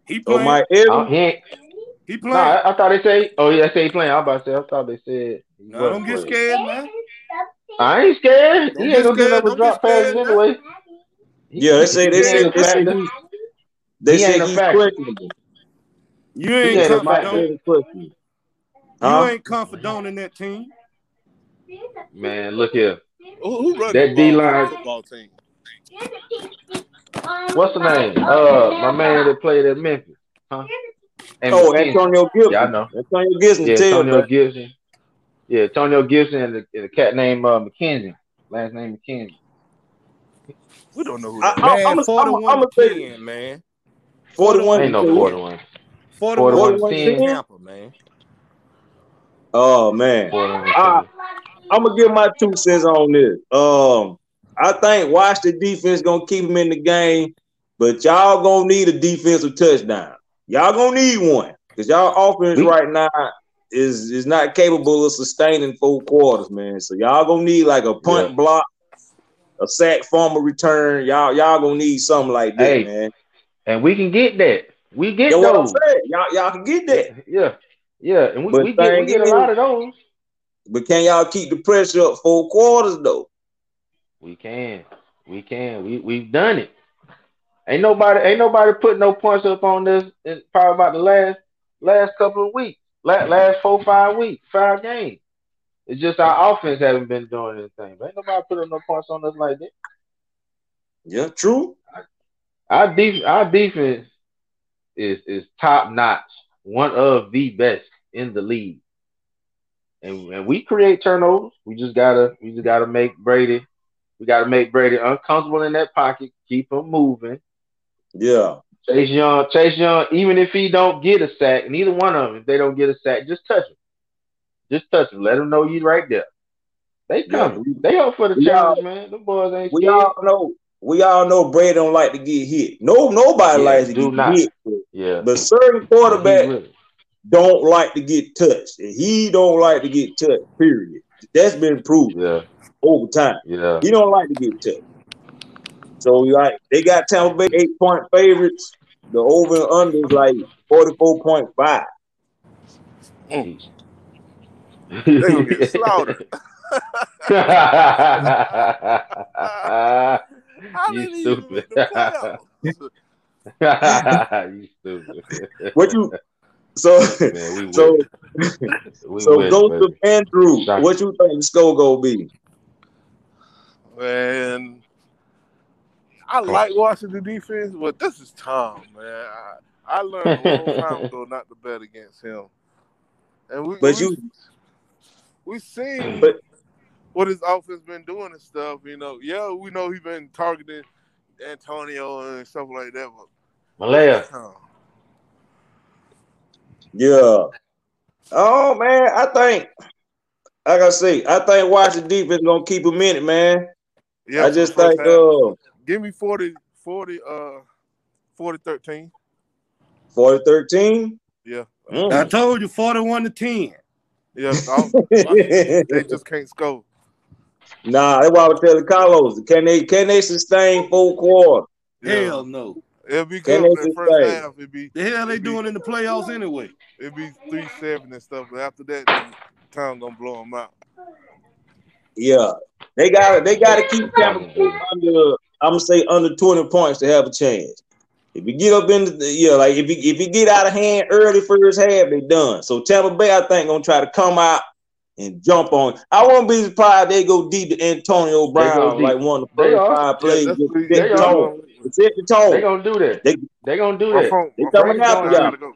Speaker 2: He
Speaker 3: Oh
Speaker 2: playing.
Speaker 3: my
Speaker 8: Uh, he ain't,
Speaker 2: he playing.
Speaker 8: no, I, I thought they say. Oh yeah, they say he playing. I about to say. I thought they said. He
Speaker 2: No, don't
Speaker 8: wasn't
Speaker 2: get
Speaker 8: playing.
Speaker 2: scared, man.
Speaker 8: I ain't scared.
Speaker 2: Don't
Speaker 8: he
Speaker 2: get
Speaker 8: ain't gonna
Speaker 2: scared.
Speaker 8: get up
Speaker 2: Don't
Speaker 8: and
Speaker 2: get
Speaker 8: drop passes
Speaker 2: scared. man.
Speaker 8: anyway. He-
Speaker 3: Yeah, they say
Speaker 8: he
Speaker 3: they say
Speaker 8: ain't a
Speaker 3: they say
Speaker 8: factor.
Speaker 3: he- they
Speaker 8: He
Speaker 3: say
Speaker 8: ain't a
Speaker 3: he's
Speaker 8: factor.
Speaker 3: questionable.
Speaker 2: You
Speaker 8: He
Speaker 2: ain't
Speaker 8: ain't a
Speaker 2: confident.
Speaker 8: factor.
Speaker 2: You
Speaker 3: Very questionable. Huh?
Speaker 2: ain't confident in that team.
Speaker 8: Man, look here.
Speaker 11: Who, who runs
Speaker 8: That
Speaker 11: the
Speaker 8: D
Speaker 11: ball for
Speaker 8: line.
Speaker 11: the football team?
Speaker 8: What's the name? Uh, my man that played at Memphis, huh? And
Speaker 3: Oh,
Speaker 8: McKinney.
Speaker 3: Antonio Gibson.
Speaker 8: Yeah, I know.
Speaker 3: Antonio Gibson
Speaker 8: Yeah,
Speaker 3: tell
Speaker 8: Antonio
Speaker 3: man.
Speaker 8: Gibson. Yeah, Antonio Gibson and the, and the cat named uh, McKenzie. Last name McKenzie.
Speaker 11: We don't know who
Speaker 3: I,
Speaker 11: that
Speaker 3: I,
Speaker 2: Man,
Speaker 3: I'm gonna
Speaker 2: 41
Speaker 3: say
Speaker 2: to
Speaker 3: this.
Speaker 2: 10, man.
Speaker 3: 41
Speaker 8: Ain't no
Speaker 3: to 10.
Speaker 8: 41.
Speaker 2: 41,
Speaker 8: 41
Speaker 2: to 10
Speaker 8: 10.
Speaker 2: Tampa, man.
Speaker 3: Oh man.
Speaker 8: 41
Speaker 3: I, I'm gonna give my two cents on this. Um, I think Washington defense gonna keep him in the game, but y'all gonna need a defensive touchdown. Y'all gonna need one because y'all offense
Speaker 8: We-
Speaker 3: right now is is not capable of sustaining four quarters, man. So y'all gonna need like a punt
Speaker 8: Yeah.
Speaker 3: block, a sack fumble return. Y'all y'all gonna need something like that,
Speaker 8: Hey,
Speaker 3: man.
Speaker 8: And we can get that. We get
Speaker 3: That's what I'm
Speaker 8: those.
Speaker 3: saying. Y'all y'all can get that.
Speaker 8: Yeah. Yeah. And we,
Speaker 3: But
Speaker 8: we get we
Speaker 3: thing
Speaker 8: get a
Speaker 3: is-
Speaker 8: lot of those.
Speaker 3: But can y'all keep the pressure up four quarters though?
Speaker 8: We can. We can. We we've done it. Ain't nobody ain't nobody put no points up on this in probably about the last last couple of weeks. Last, last four, five weeks, five games. It's just our offense haven't been doing anything. But ain't nobody put up no points on us like that.
Speaker 3: Yeah, true.
Speaker 8: Our def- our defense is is top notch, one of the best in the league. And, and we create turnovers. We just gotta we just gotta make Brady we gotta make Brady uncomfortable in that pocket, keep him moving.
Speaker 3: Yeah.
Speaker 8: Chase Young, Chase Young, even if he don't get a sack, neither one of them, if they don't get a sack, just touch him. Just touch him. Let them know you right there. They
Speaker 3: Yeah,
Speaker 8: coming. They up for the
Speaker 3: we
Speaker 8: challenge, man. Them boys ain't
Speaker 3: We
Speaker 8: scared.
Speaker 3: all know we all know Brady don't like to get hit. No, nobody
Speaker 8: Yeah,
Speaker 3: likes to
Speaker 8: do
Speaker 3: get
Speaker 8: not.
Speaker 3: hit.
Speaker 8: Yeah.
Speaker 3: But certain
Speaker 8: He
Speaker 3: quarterbacks
Speaker 8: really-
Speaker 3: don't like to get touched. And he don't like to get touched, period. That's been proven
Speaker 8: Yeah.
Speaker 3: over time.
Speaker 8: Yeah.
Speaker 3: He don't like to get touched. So like they got Tampa Bay eight point favorites. The over and under is like 44.5.
Speaker 8: Jeez.
Speaker 11: They gonna get slaughtered.
Speaker 8: you
Speaker 11: didn't even
Speaker 8: stupid. you stupid.
Speaker 3: What you so
Speaker 8: we
Speaker 3: so
Speaker 8: We
Speaker 3: so
Speaker 8: win,
Speaker 3: Ghost of
Speaker 8: baby.
Speaker 3: Andrew, what you think the score gonna be?
Speaker 11: man. I like watching the defense, but this is Tom, man. I, I learned a long time ago not to bet against him, and we
Speaker 3: But
Speaker 11: we,
Speaker 3: you
Speaker 11: we seen
Speaker 3: but
Speaker 11: what his offense been doing and stuff. You know, yeah, we know he been targeting Antonio and stuff like that. But
Speaker 8: Malaya.
Speaker 11: Tom,
Speaker 3: Yeah. Oh man, I think like I say, I think Washington defense gonna keep him in it, man.
Speaker 11: Yeah,
Speaker 3: I just
Speaker 11: for the
Speaker 3: think
Speaker 11: first half.
Speaker 3: uh
Speaker 11: give me 40, 40, uh, 40, 13.
Speaker 3: 40 13.
Speaker 11: Yeah,
Speaker 3: Mm.
Speaker 7: I told you 41 to 10.
Speaker 11: yeah. I- they just can't score.
Speaker 3: Nah, that's why I was telling Carlos, can they can they sustain full quarter?
Speaker 7: Hell no.
Speaker 11: It'll be
Speaker 3: Can
Speaker 11: good
Speaker 3: they
Speaker 11: for the first
Speaker 3: sustain?
Speaker 11: half. It'd be
Speaker 7: The hell they doing in the playoffs anyway?
Speaker 11: It'd be three seven and stuff, but after that, the time gonna blow them out.
Speaker 3: Yeah. They gotta they gotta keep Tampa Bay under I'm gonna say under 20 points to have a chance. If you get up in the yeah, like if you if you get out of hand early first half, they done. So Tampa Bay, I think, gonna try to come out and jump on. I won't be surprised they go deep to Antonio Brown
Speaker 8: deep.
Speaker 3: like one of the
Speaker 8: They
Speaker 3: first
Speaker 8: are.
Speaker 3: five plays.
Speaker 8: Yeah, that's
Speaker 3: Just
Speaker 8: what-
Speaker 3: set
Speaker 8: they
Speaker 3: the
Speaker 8: are.
Speaker 3: tone. Set the tone.
Speaker 8: They gonna do that.
Speaker 3: Oh. They-
Speaker 8: They gonna do
Speaker 3: My
Speaker 8: that.
Speaker 3: phone- They my coming phone after y'all.
Speaker 8: Go.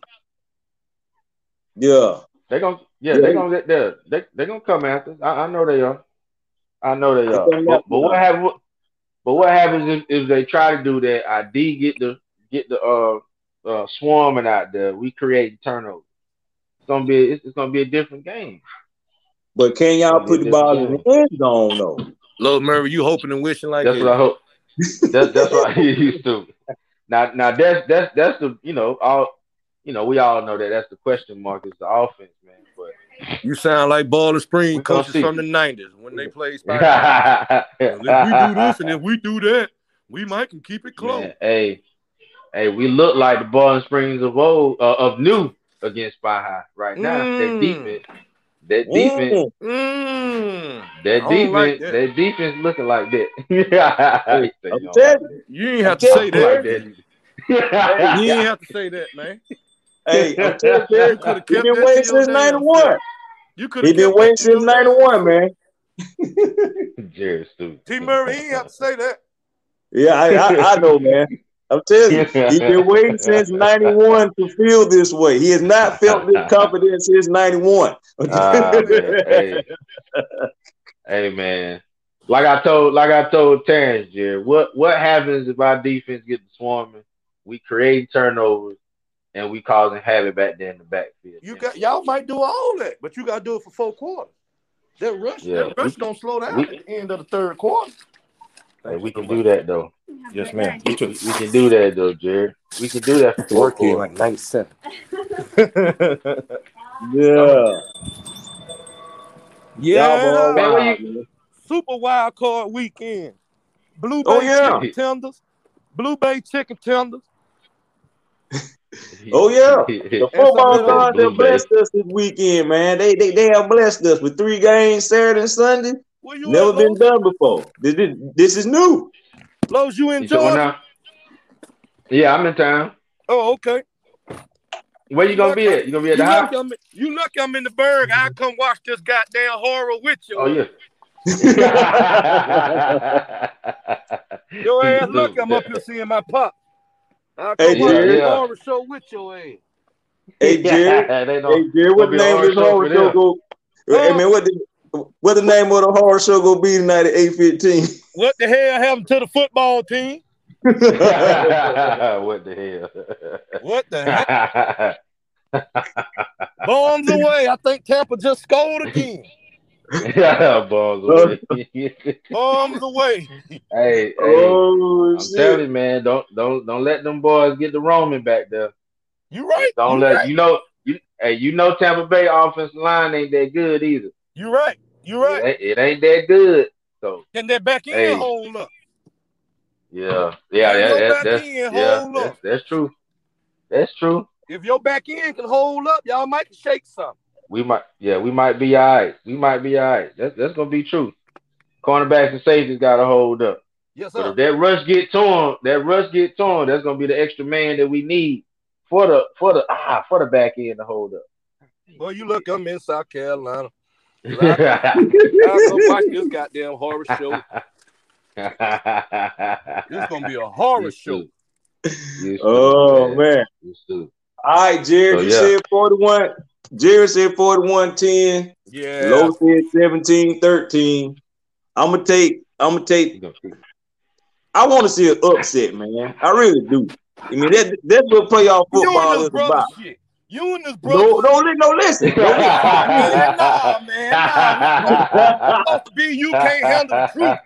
Speaker 3: Yeah.
Speaker 8: They gonna yeah,
Speaker 3: Yeah,
Speaker 8: they
Speaker 3: they-
Speaker 8: gonna get there. They they gonna come after. us. I, I know they are. I know they
Speaker 3: They
Speaker 8: are.
Speaker 3: coming
Speaker 8: But,
Speaker 3: after
Speaker 8: but what
Speaker 3: us.
Speaker 8: happens? But what happens if, if they try to do that? ID get the get the uh, uh swarming out there. We create turnovers. It's gonna be it's, it's gonna be a different game.
Speaker 3: But can y'all
Speaker 8: Gonna be a
Speaker 3: put the
Speaker 8: different
Speaker 3: ball in
Speaker 8: game.
Speaker 3: the end zone though?
Speaker 7: Lord Murray, you hoping and wishing like
Speaker 8: That's
Speaker 7: hell.
Speaker 8: what I hope. That's that's what he used to. Now now that's that's that's the you know all you know we all know that that's the question mark is the offense man. But
Speaker 7: You sound like Ball and Spring
Speaker 8: We gonna
Speaker 7: coaches
Speaker 8: see.
Speaker 7: from the nineties when they played Spider. if we do this and
Speaker 8: Man,
Speaker 7: if we do that, we might can keep it close.
Speaker 8: hey, hey, we look like the Bowling Springs of old uh, of new against Spy High right now. That
Speaker 7: Mm.
Speaker 8: defense, that defense,
Speaker 7: Mm. I
Speaker 8: that
Speaker 7: don't
Speaker 8: defense,
Speaker 7: like
Speaker 8: that.
Speaker 7: that.
Speaker 8: defense looking like that. I'm
Speaker 3: telling
Speaker 7: You ain't have to say that. You ain't
Speaker 8: that.
Speaker 7: have to say that, man.
Speaker 3: Hey, I'm telling you,
Speaker 7: You could have
Speaker 3: he
Speaker 7: kept
Speaker 3: been
Speaker 7: that
Speaker 3: waiting
Speaker 7: to your
Speaker 3: since
Speaker 7: damn
Speaker 3: '91.
Speaker 7: self. You could
Speaker 3: He
Speaker 7: have
Speaker 3: been
Speaker 7: kept
Speaker 3: waiting
Speaker 7: that to
Speaker 3: since
Speaker 7: your damn
Speaker 3: '91, man.
Speaker 8: Jared Stewart.
Speaker 11: T Murray, he ain't have to say that.
Speaker 3: Yeah, I, I, I know, man. I'm telling you, he's been waiting since '91 to feel this way. He has not felt this confidence since '91.
Speaker 8: Ah, man. Hey, hey, man. Like I told, like I told Terrence, Jerry, what what happens if our defense gets swarming? We create turnovers and we causing havoc back there in the backfield.
Speaker 13: You got y'all might do all that, but you gotta do it for four quarters. That rush,
Speaker 8: Yeah,
Speaker 13: that rush
Speaker 8: we-
Speaker 13: gonna slow down
Speaker 8: we-
Speaker 13: at the end of the third quarter.
Speaker 8: Hey, we can do that though.
Speaker 7: Yes, ma'am.
Speaker 8: We can we can do that though, Jerry. We can do that for four
Speaker 7: Work here
Speaker 8: quarters.
Speaker 7: like 97.
Speaker 3: yeah,
Speaker 7: yeah.
Speaker 3: Y'all
Speaker 8: Man, what
Speaker 3: wild,
Speaker 8: you-
Speaker 3: man.
Speaker 11: Super wild card weekend. Blue Bay
Speaker 3: Oh, yeah.
Speaker 11: chicken tenders. Blue Bay chicken tenders.
Speaker 3: Oh yeah, the
Speaker 11: That's
Speaker 3: football
Speaker 11: a
Speaker 3: gods
Speaker 8: Blue
Speaker 3: have
Speaker 8: Bay.
Speaker 3: blessed us this weekend, man. They they they have blessed us with three games Saturday and Sunday.
Speaker 11: Where you
Speaker 3: Never
Speaker 11: at,
Speaker 3: been
Speaker 11: Los?
Speaker 3: done before. This is, this is new.
Speaker 11: Los, you in
Speaker 8: You said what
Speaker 11: Georgia?
Speaker 8: now? Yeah, I'm in town.
Speaker 11: Oh, okay.
Speaker 8: Where you
Speaker 11: You
Speaker 8: gonna
Speaker 11: lucky,
Speaker 8: be at? You gonna be
Speaker 11: you
Speaker 8: at the house?
Speaker 11: lucky, I'm, you lucky I'm in the burg. I come watch this goddamn horror with you.
Speaker 8: Oh yeah. Oh,
Speaker 11: Your ass
Speaker 8: You
Speaker 11: lucky I'm up
Speaker 8: stupid.
Speaker 11: here seeing my pop. I
Speaker 3: Hey,
Speaker 11: come watch
Speaker 8: Jerry.
Speaker 11: this
Speaker 8: Yeah.
Speaker 11: horror show with your ass.
Speaker 3: Hey Jerry,
Speaker 8: Yeah, they know.
Speaker 3: hey Jerry, what
Speaker 8: Gonna
Speaker 3: the
Speaker 8: be a
Speaker 3: name of
Speaker 8: hard
Speaker 3: this
Speaker 8: show for
Speaker 3: horror show
Speaker 8: them.
Speaker 3: go?
Speaker 7: Oh.
Speaker 3: Hey man, what the what the name of the horror show gonna be tonight at eight fifteen?
Speaker 11: What the hell happened to the football team?
Speaker 8: what the
Speaker 11: What the heck?
Speaker 8: hell?
Speaker 11: Bombs away. I think Tampa just scored again.
Speaker 8: yeah, balls away. hey,
Speaker 11: Bombs away.
Speaker 8: hey,
Speaker 3: oh
Speaker 8: I'm
Speaker 3: shit!
Speaker 8: telling you, man, don't don't don't let them boys get the Roman back there.
Speaker 11: You right.
Speaker 8: Don't
Speaker 11: you
Speaker 8: let
Speaker 11: right.
Speaker 8: you know you hey you know Tampa Bay offensive line ain't that good either.
Speaker 11: You right. You
Speaker 8: It
Speaker 11: right.
Speaker 8: ain't, it ain't that good. So
Speaker 11: Can that back end
Speaker 8: Hey.
Speaker 11: hold up?
Speaker 8: yeah, yeah,
Speaker 11: Can
Speaker 8: yeah,
Speaker 11: your
Speaker 8: that,
Speaker 11: back
Speaker 8: that's
Speaker 11: end
Speaker 8: yeah,
Speaker 11: hold
Speaker 8: that's
Speaker 11: up?
Speaker 8: that's true. That's true.
Speaker 11: If your back end can hold up, y'all might shake something.
Speaker 8: We might, yeah, we might be all right. We might be all right. That's that's gonna be true. Cornerbacks and safeties got to hold up.
Speaker 14: Yes,
Speaker 8: But if that rush get torn, that rush get torn, that's gonna be the extra man that we need for the for the ah for the back end to hold up.
Speaker 7: Boy, you look, I'm in South Carolina. I go watch
Speaker 8: it's
Speaker 7: this goddamn horror show. It's gonna be a horror show.
Speaker 3: Oh man. All right, Jared,
Speaker 8: So,
Speaker 3: you
Speaker 8: yeah.
Speaker 3: said 41. Jared said 41 10.
Speaker 7: Yeah.
Speaker 3: Low said 17 13. I'm gonna take I'm gonna take I want to see an upset, man. I really do. I mean that that's what playoff
Speaker 7: You
Speaker 3: football
Speaker 7: and
Speaker 3: is
Speaker 7: this brother
Speaker 3: about.
Speaker 7: shit. You and this brother.
Speaker 3: No, no, li- no, listen. No,
Speaker 7: man, nah,
Speaker 3: listen.
Speaker 7: man, nah. It's supposed to be you can't handle the truth.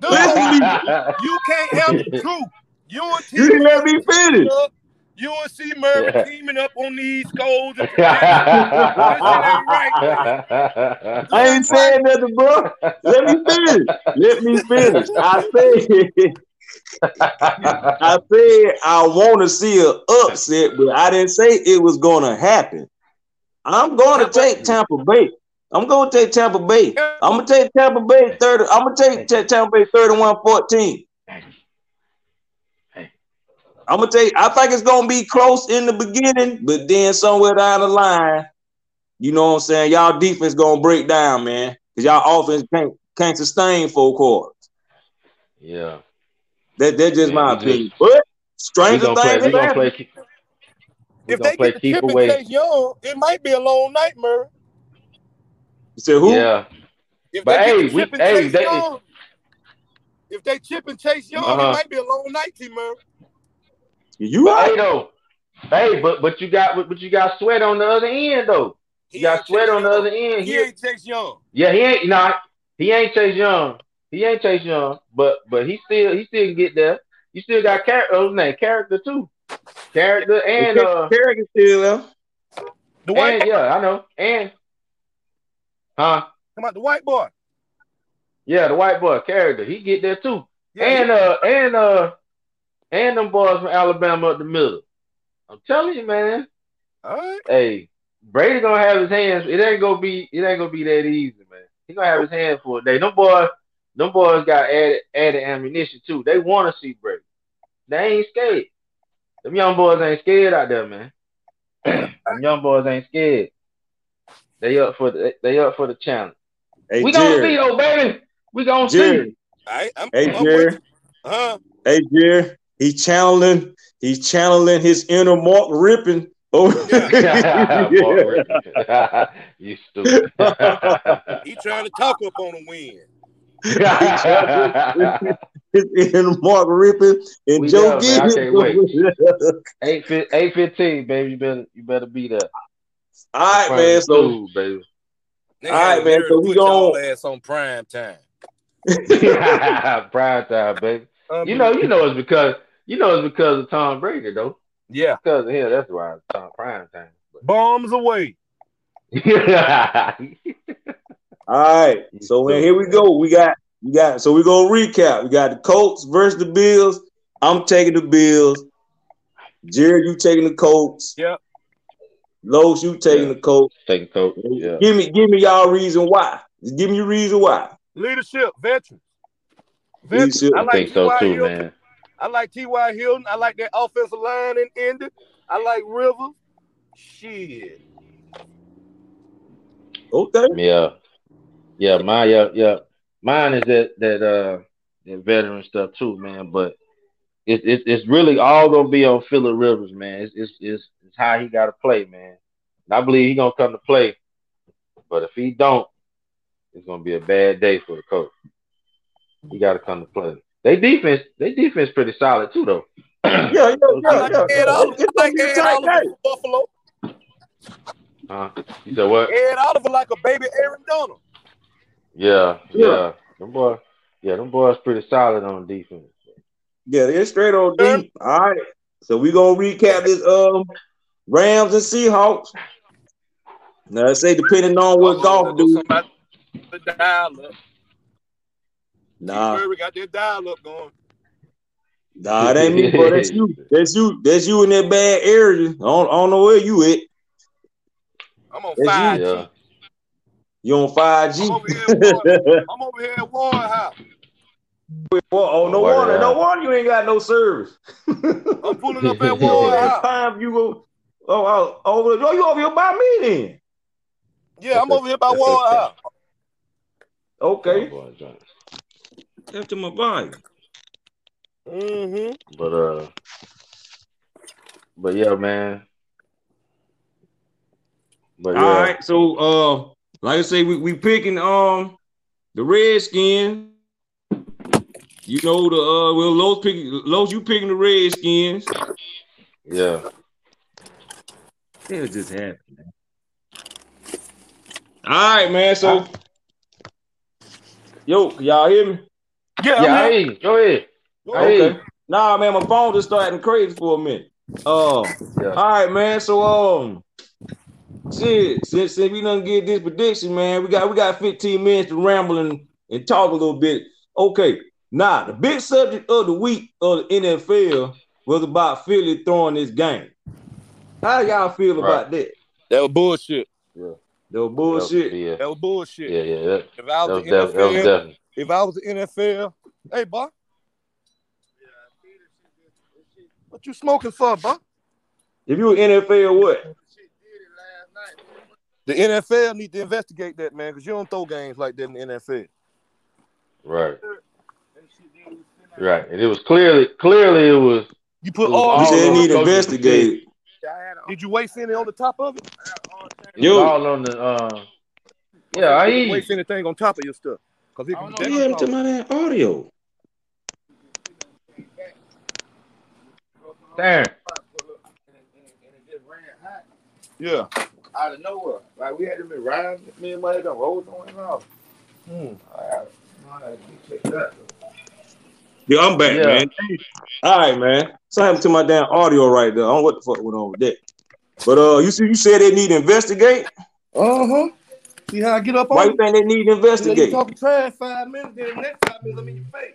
Speaker 7: Dude,
Speaker 3: Listen
Speaker 7: you can't handle the truth. UNT
Speaker 3: You didn't let me finish.
Speaker 7: up. UNC Murray
Speaker 3: Yeah.
Speaker 7: teaming up on these goals and projections. That shit ain't right, man.
Speaker 3: I ain't saying nothing, bro. Let me finish. Let me finish. I said, I said, I want to see an upset, but I didn't say it was going to happen. I'm going to take Tampa Bay. I'm going to take Tampa Bay. I'm going to take Tampa Bay 30. I'm going to take Ta- Tampa Bay 31 14. I'm going to take, I think it's going to be close in the beginning, but then somewhere down the line, you know what I'm saying? Y'all defense gonna break down, man. Cause y'all offense can't can't sustain four quarters.
Speaker 8: Yeah.
Speaker 3: That that's just
Speaker 8: Man,
Speaker 3: my
Speaker 8: we just-
Speaker 3: opinion. but
Speaker 8: We
Speaker 3: stranger
Speaker 8: gonna
Speaker 3: things
Speaker 8: play. We
Speaker 3: have
Speaker 8: gonna play.
Speaker 3: happened.
Speaker 8: keep- We
Speaker 7: If
Speaker 8: gonna
Speaker 7: they
Speaker 8: play
Speaker 7: get the
Speaker 8: keep
Speaker 7: chip and
Speaker 8: away.
Speaker 7: Chase Young, it might be a long night, Murray.
Speaker 3: You said who?
Speaker 8: Yeah.
Speaker 7: If
Speaker 8: But
Speaker 7: they get
Speaker 8: hey,
Speaker 7: the
Speaker 8: we
Speaker 7: chip and
Speaker 8: hey
Speaker 7: Chase
Speaker 8: they
Speaker 7: Young, if they chip and Chase Young, it
Speaker 8: Uh-huh.
Speaker 7: might be a long night, T Murray.
Speaker 3: You
Speaker 8: but
Speaker 3: right.
Speaker 8: hey though. Hey, but but you got but you got sweat on the other end though. You got sweat on the other end.
Speaker 7: He
Speaker 8: He-
Speaker 7: ain't Chase Young.
Speaker 8: Yeah, he ain't not. He ain't Chase Young. He ain't Chase Young. But but he still he still can get there. You still got character. Oh, his name character too. Character and uh
Speaker 3: Kerrigan still there.
Speaker 7: The
Speaker 8: and yeah I know and huh
Speaker 7: Come on, the white boy.
Speaker 8: yeah the white boy character he get there too
Speaker 7: Yeah,
Speaker 8: and uh and uh and them boys from Alabama up the middle. I'm telling you, man.
Speaker 7: All right.
Speaker 8: Hey, Brady gonna have his hands. It ain't gonna be. It ain't gonna be that easy, man. He gonna have his hands full. They them boys. Them boys got added added ammunition too. They want to see Brady. They ain't scared. Them young boys ain't scared out there, man. them young boys ain't scared. They up for the. They up for the challenge.
Speaker 3: Hey,
Speaker 8: we gonna
Speaker 3: Jerry.
Speaker 8: see though, baby. We gonna
Speaker 3: Jerry.
Speaker 8: see.
Speaker 7: I, I'm,
Speaker 3: Hey Jerry. Hey Jerry. He's channeling, he's channeling his inner Mark Rippin. Oh
Speaker 8: Mark Rippon. you stupid.
Speaker 7: He trying to talk up on a win.
Speaker 3: and Mark Rippin and
Speaker 8: We
Speaker 3: Joe
Speaker 8: there, man. I
Speaker 3: Gibbs.
Speaker 8: can't wait. Eight fif- eight fifteen, baby. You better you better be there.
Speaker 3: All right, man. So
Speaker 8: Food, baby.
Speaker 7: They
Speaker 3: All
Speaker 7: had
Speaker 3: right,
Speaker 7: the
Speaker 3: man.
Speaker 7: nerve
Speaker 3: So
Speaker 7: to
Speaker 3: we
Speaker 7: put
Speaker 3: going.
Speaker 7: y'all ass on prime time.
Speaker 8: Prime time, baby.
Speaker 7: Um,
Speaker 8: You know, you know it's because you know it's because of Tom Brady, though.
Speaker 7: Yeah.
Speaker 8: Because of him, that's why it's Tom prime time.
Speaker 7: Bombs away.
Speaker 3: All right. So man, here we go. We got we got. So we gonna recap. We got the Colts versus the Bills. I'm taking the Bills. Jared, you taking the Colts.
Speaker 7: Yep.
Speaker 3: Los, you taking the Colts.
Speaker 8: Taking Colts. Yeah.
Speaker 3: Give me give me y'all reason why. Just give me your reason why.
Speaker 7: Leadership, veterans.
Speaker 3: You should-
Speaker 7: I like T.Y. Hilton.
Speaker 8: man.
Speaker 7: I like T.Y. Hilton. I like that offensive line and ending. I like River. Shit.
Speaker 3: Okay.
Speaker 8: Yeah. Yeah. Mine. Yeah. Yeah. Mine is that that uh that veteran stuff too, man. But it's it's it's really all gonna be on Phillip Rivers, man. It's it's it's, it's how he got to play, man. And I believe he gonna come to play. But if he don't, it's gonna be a bad day for the coach. He got to come to play. They defense, they defense pretty solid too, though. yeah,
Speaker 3: yeah,
Speaker 7: I like Ed Oliver. I like Ed Oliver from Buffalo.
Speaker 8: Huh? You said what?
Speaker 7: Ed Oliver like a baby Aaron Donald.
Speaker 8: Yeah,
Speaker 3: Yeah.
Speaker 8: yeah. Them boys, yeah, them boys pretty solid on defense.
Speaker 3: Yeah, they're straight on D. All right. So we gonna recap this um Rams and Seahawks. Now I say depending on what golf do.
Speaker 7: The dial up.
Speaker 3: Nah,
Speaker 7: Murray got that dial up going.
Speaker 3: nah, it ain't me, bro. That's you. That's you. That's you in that bad area. I don't, I don't know where you at.
Speaker 7: I'm on
Speaker 3: That's
Speaker 7: five.
Speaker 3: you. You on five G?
Speaker 7: I'm over here at Warren. I'm over here at Warren House.
Speaker 3: oh, no
Speaker 7: Word
Speaker 3: wonder, no
Speaker 7: up.
Speaker 3: wonder you ain't got no service.
Speaker 7: I'm pulling up
Speaker 3: At
Speaker 7: at Warren House.
Speaker 3: time you go. Oh, oh, oh, oh, you over here by me then?
Speaker 7: Yeah, I'm over here by Warren House.
Speaker 8: Oh,
Speaker 3: Okay. After my body.
Speaker 7: Mm-hmm.
Speaker 8: But uh, but yeah, man. But yeah,
Speaker 3: All right, so uh, like I say, we we picking um the Redskins. You know the uh, well, Los pick Los, you picking the Redskins.
Speaker 8: yeah.
Speaker 3: It just happened. All right, man. So, yo, can y'all hear me?
Speaker 8: Yeah, Yeah, I'm I here. hear you. Go ahead. I hear
Speaker 3: Okay. Nah, man, my phone just starting crazy for a minute. Uh,
Speaker 8: Yeah.
Speaker 3: all right, man. So, um, shit, since, since we done get this prediction, man, we got we got 15 minutes to ramble and, and talk a little bit. Okay. Nah, the big subject of the week of the NFL was about Philly throwing this game. How y'all feel about that?
Speaker 7: That was bullshit.
Speaker 8: Yeah.
Speaker 3: That was bullshit.
Speaker 8: Yeah.
Speaker 7: That was bullshit.
Speaker 8: uh, Yeah, yeah. That,
Speaker 7: If I was
Speaker 8: that was
Speaker 7: the
Speaker 8: def- that was
Speaker 7: NFL,
Speaker 8: definitely.
Speaker 7: if I was the NFL, hey, boy. What you smoking for, boy?
Speaker 3: If you NFL, what?
Speaker 7: The NFL need to investigate that, man, because you don't throw games like that in the NFL.
Speaker 8: Right. Right. And it was clearly, clearly it was.
Speaker 7: You put
Speaker 8: it was
Speaker 7: all
Speaker 8: on
Speaker 3: They
Speaker 8: the
Speaker 3: need to
Speaker 8: coach's
Speaker 3: investigate.
Speaker 8: mistake.
Speaker 7: Did you waste any on the top of it?
Speaker 8: It was all on the. Uh, yeah, I hear
Speaker 7: didn't
Speaker 8: you.
Speaker 7: waste anything on top of your stuff. Cause it can be
Speaker 3: Yeah, I'm talking about that audio.
Speaker 8: Damn.
Speaker 7: Yeah.
Speaker 11: Out of nowhere. Like we had to be riding, me and my head done rolled on and off. Hmm. I gotta get checked up.
Speaker 3: Yo, I'm back,
Speaker 8: Yeah.
Speaker 3: man. All right, man. So happened to my damn audio right there. I don't know what the fuck went on with that. But uh, you see, you said they need to investigate.
Speaker 7: Uh huh. See how I get up
Speaker 3: Why
Speaker 7: on
Speaker 3: you think they need
Speaker 7: Yeah,
Speaker 3: to
Speaker 7: you
Speaker 3: investigate?
Speaker 7: talking trash five minutes, then the next five minutes I'm in your face.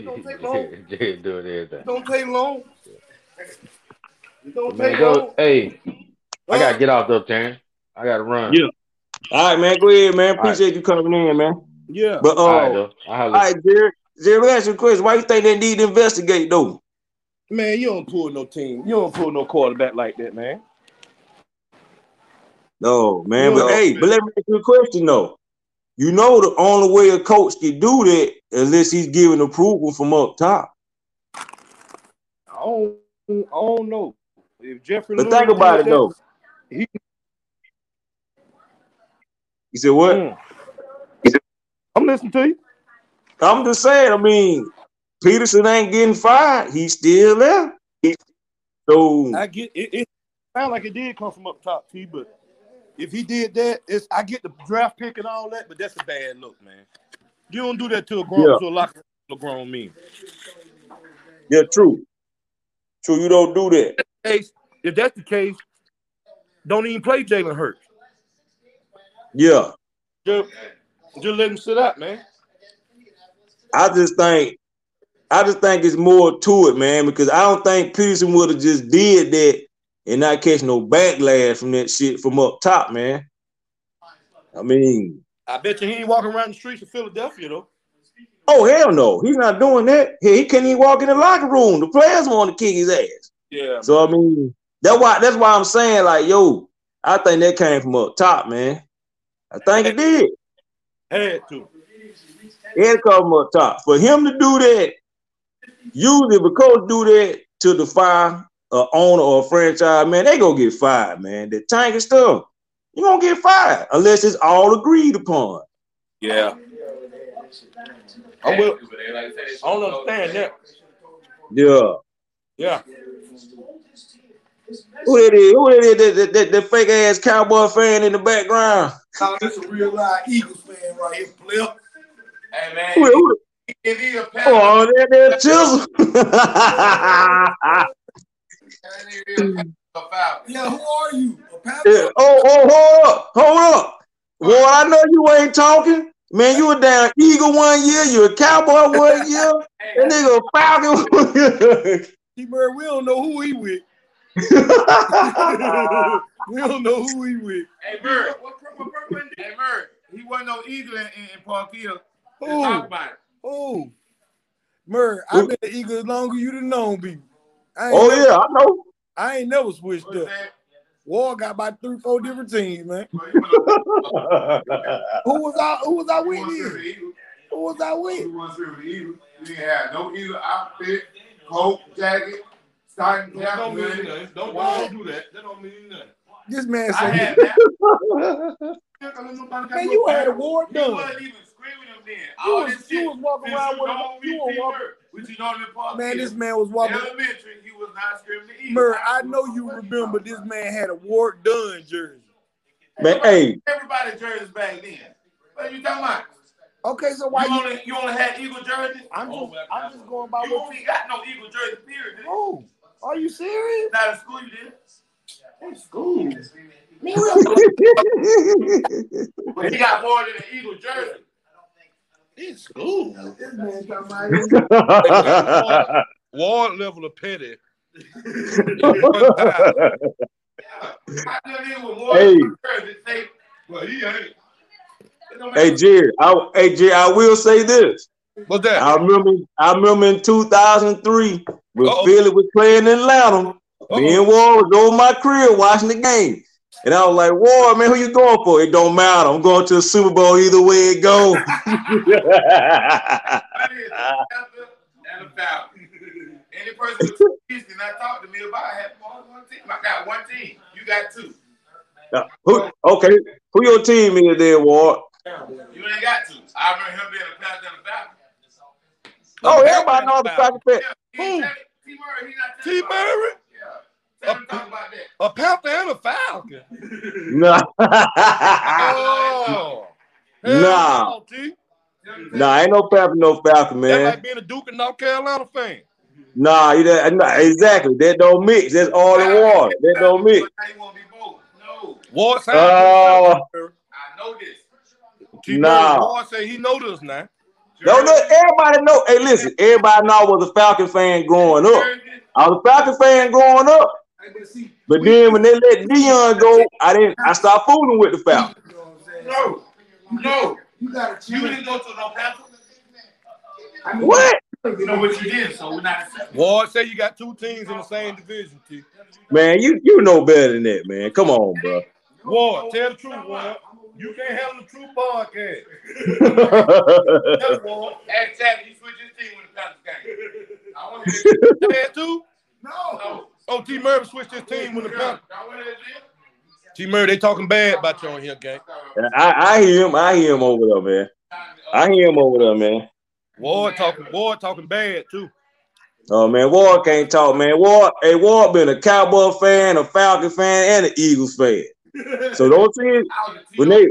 Speaker 7: It don't take long.
Speaker 8: They doing everything.
Speaker 7: It don't take long. It don't
Speaker 8: Man,
Speaker 7: take
Speaker 8: go.
Speaker 7: long.
Speaker 8: Hey, I gotta get off though, Terrence. I gotta run.
Speaker 3: Yeah. All right, man. Go ahead, man.
Speaker 8: All right.
Speaker 3: Appreciate you coming in, man.
Speaker 7: Yeah.
Speaker 3: But uh,
Speaker 8: All right,
Speaker 3: all
Speaker 8: though. I holla.
Speaker 3: right, Jared. Jared, let me ask you a question. Why you think they need to investigate though?
Speaker 7: Man, you don't pull no team. You don't pull no quarterback like that, man.
Speaker 3: No, man.
Speaker 7: You
Speaker 3: But
Speaker 7: know.
Speaker 3: hey, but let me ask you a question though. You know the only way a coach can do that is unless he's giving approval from up top.
Speaker 7: I don't, I don't know. If Jeffrey
Speaker 3: But
Speaker 7: Lurie
Speaker 3: think about
Speaker 7: did
Speaker 3: it
Speaker 7: that,
Speaker 3: though.
Speaker 7: He,
Speaker 3: You said what?
Speaker 7: Mm. I'm listening to you.
Speaker 3: I'm just saying. I mean, Peterson ain't getting fired. He's still there. So
Speaker 7: I get it. It sounds like it did come from up top, T. But if he did that, it's I get the draft pick and all that, but that's a bad look, man. You don't do that to a grown
Speaker 3: Yeah.
Speaker 7: to a locker to a grown man.
Speaker 3: yeah, true, true. You don't do that.
Speaker 7: Case, if that's the case, don't even play Jalen Hurts.
Speaker 3: Yeah,
Speaker 7: Just, just let him sit out, man.
Speaker 3: I just think, I just think it's more to it, man. Because I don't think Peterson would have just did that and not catch no backlash from that shit from up top, man. I mean,
Speaker 7: I bet you he ain't walking around the streets of Philadelphia though.
Speaker 3: oh hell no, he's not doing that. He, he can't even walk in the locker room. The players want to kick his ass.
Speaker 7: Yeah.
Speaker 3: So I mean, that's why that's why I'm saying like, yo, I think that came from up top, man. I think it did.
Speaker 7: Had to.
Speaker 3: It come from up top. For him to do that, usually if a coach do that to the fire a owner or a franchise, man, they gonna get fired, man. The tank and stuff, you gonna get fired unless it's all agreed upon.
Speaker 7: Yeah. I will. I don't understand that.
Speaker 3: Yeah.
Speaker 7: Yeah.
Speaker 3: Who that is? Who that is? That, that, that, that fake ass cowboy fan in the background.
Speaker 11: Nah, this a real live Eagles fan right here, Flip. Hey man,
Speaker 3: Who, who,
Speaker 11: if he a Panther,
Speaker 3: oh, that, that chisel.
Speaker 11: yeah, who are you? A Panther?
Speaker 3: Yeah. Oh, oh, hold up, hold up. Well, I know you ain't talking. Man, you a damn eagle one year, you a cowboy one year, that nigga a falcon. one year.
Speaker 11: T Murray, we don't know who he with. we don't know who he with.
Speaker 7: Hey, Bird, what, what, what, what, hey, Bird, he wasn't no eagle in, in, in Park Hill.
Speaker 11: Who?
Speaker 7: Talk about it.
Speaker 11: Who? Murray, I've been an Eagle longer you done known me. I ain't
Speaker 3: Oh, yeah, I know.
Speaker 11: I ain't never switched up. War got about three, four different teams, man. Who was I? Who was I with? then? Who was I with?
Speaker 7: He won through the eagle. You didn't have no eagle outfit, coat, jacket, stocking cap.
Speaker 11: Don't mean
Speaker 7: hoodie.
Speaker 11: nothing.
Speaker 7: Don't,
Speaker 11: What?
Speaker 7: don't do that. That don't mean nothing.
Speaker 11: This man
Speaker 7: I
Speaker 11: said,
Speaker 7: had
Speaker 11: "Man, you had a war
Speaker 7: You
Speaker 11: done."
Speaker 7: wasn't even screaming them then.
Speaker 11: You
Speaker 7: All
Speaker 11: was-
Speaker 7: this
Speaker 11: you
Speaker 7: shit.
Speaker 11: was walking
Speaker 7: Since
Speaker 11: around
Speaker 7: you
Speaker 11: with a-
Speaker 7: don't
Speaker 11: you
Speaker 7: meet
Speaker 11: were walking-
Speaker 7: T-Bird, Which you don't in Park
Speaker 11: Man,
Speaker 7: Hill.
Speaker 11: this man was walking-
Speaker 7: Elementary, he was not screaming the eagle.
Speaker 11: Murray, I know you remember this man had a war done jersey.
Speaker 3: Man, hey,
Speaker 7: Everybody jerseys back then. What you talking about?
Speaker 11: Okay, so
Speaker 7: why you, only you only had eagle jerseys?
Speaker 11: I'm just I'm just going by
Speaker 7: you
Speaker 11: what
Speaker 7: only got no eagle jersey period.
Speaker 11: Oh, are you serious?
Speaker 7: Not in school you did. In school. But he got more than an eagle jersey. In school. This man talking
Speaker 11: about-
Speaker 15: Ward level of petty.
Speaker 7: I done in with more
Speaker 3: Hey.
Speaker 7: than a jersey. Say, well, he ain't.
Speaker 3: hey, Jerry, I, hey, Jerry, I will say this.
Speaker 15: What's that?
Speaker 3: I remember, I remember in 2003 when Philly was playing in Atlanta. Me and Ward was over my crib watching the game. And I was like, Ward, man, who you going for? It don't matter. I'm going to the Super Bowl either way it goes.
Speaker 7: and a Falcon. Any person with two kids cannot talk to me about I have more than one team. I got one team. You got two.
Speaker 3: who, okay, who your team is there, Ward?
Speaker 7: You ain't got two. I remember him being a Falcon and a Falcon.
Speaker 3: Oh, everybody know the fact that.
Speaker 7: Who? T Murray, he not T Murray? Yeah. Tell him to talk about that.
Speaker 11: A Panther and a Falcon.
Speaker 3: No.
Speaker 11: Oh,
Speaker 3: Nah.
Speaker 11: hell no, T.
Speaker 3: nah, ain't no Falcon, no Falcon, man.
Speaker 11: That like being a Duke and North Carolina fan.
Speaker 3: Nah, you that nah, exactly. That don't mix. That's all in water. That don't mix.
Speaker 11: Ward sound
Speaker 3: Oh,
Speaker 7: I know this.
Speaker 11: T.
Speaker 3: Nah.
Speaker 11: Ward say he know this now.
Speaker 3: don't let everybody know. Hey, listen, everybody know I was a Falcon fan growing up. I was a Falcon fan growing up. But then when they let Dion go, I didn't. I stopped fooling with the Falcon.
Speaker 7: No. No. You got to You didn't go to no Falcon. I mean,
Speaker 3: What?
Speaker 7: You know what you did, so we're not.
Speaker 11: Ward say you got two teams in the same division, T.
Speaker 3: Man, you you know better than that, man. Come on, bro.
Speaker 11: Ward, tell the truth, Ward. You can't handle the true podcast.
Speaker 7: Ask Savage, you switch his team when the Falcons game. I want to hear
Speaker 11: That man too?
Speaker 7: No.
Speaker 11: Oh, T. Murray switched his team when the Falcons.
Speaker 7: I want to hear this.
Speaker 11: T. Murray, they talking bad about you on here, gang.
Speaker 3: I, I hear him. I hear him over there, man. I hear him over there, man.
Speaker 11: Ward talking, Ward talking bad too.
Speaker 3: Oh man, Ward can't talk, man. Ward, hey, Ward been a Cowboy fan, a Falcon fan, and an Eagles fan. So those teams, when they,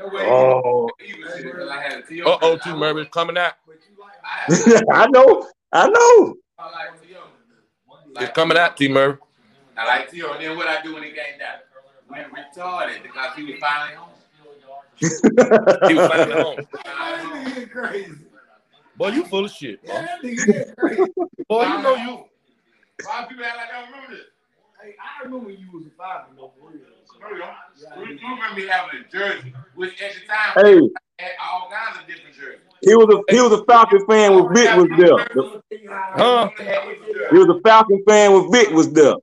Speaker 3: oh,
Speaker 11: Uh oh, T. Murray coming out.
Speaker 3: I know, I know.
Speaker 11: It's coming out, T. Murray.
Speaker 7: I like T.O. And then what I do when he came down? Went retarded because he was finally home.
Speaker 11: He was finally home.
Speaker 7: crazy.
Speaker 11: Boy, you full of shit, boy.
Speaker 7: That nigga is crazy.
Speaker 11: Boy, you know you.
Speaker 7: Why people act like I don't remember this? Hey, I remember you was a five no for real. You you remember me having a jersey, which at the time
Speaker 3: Hey.
Speaker 7: had all kinds of different jerseys.
Speaker 3: He was a he was a Falcon fan when Vic was there.
Speaker 11: Huh?
Speaker 3: He was a Falcon fan when Vic was there.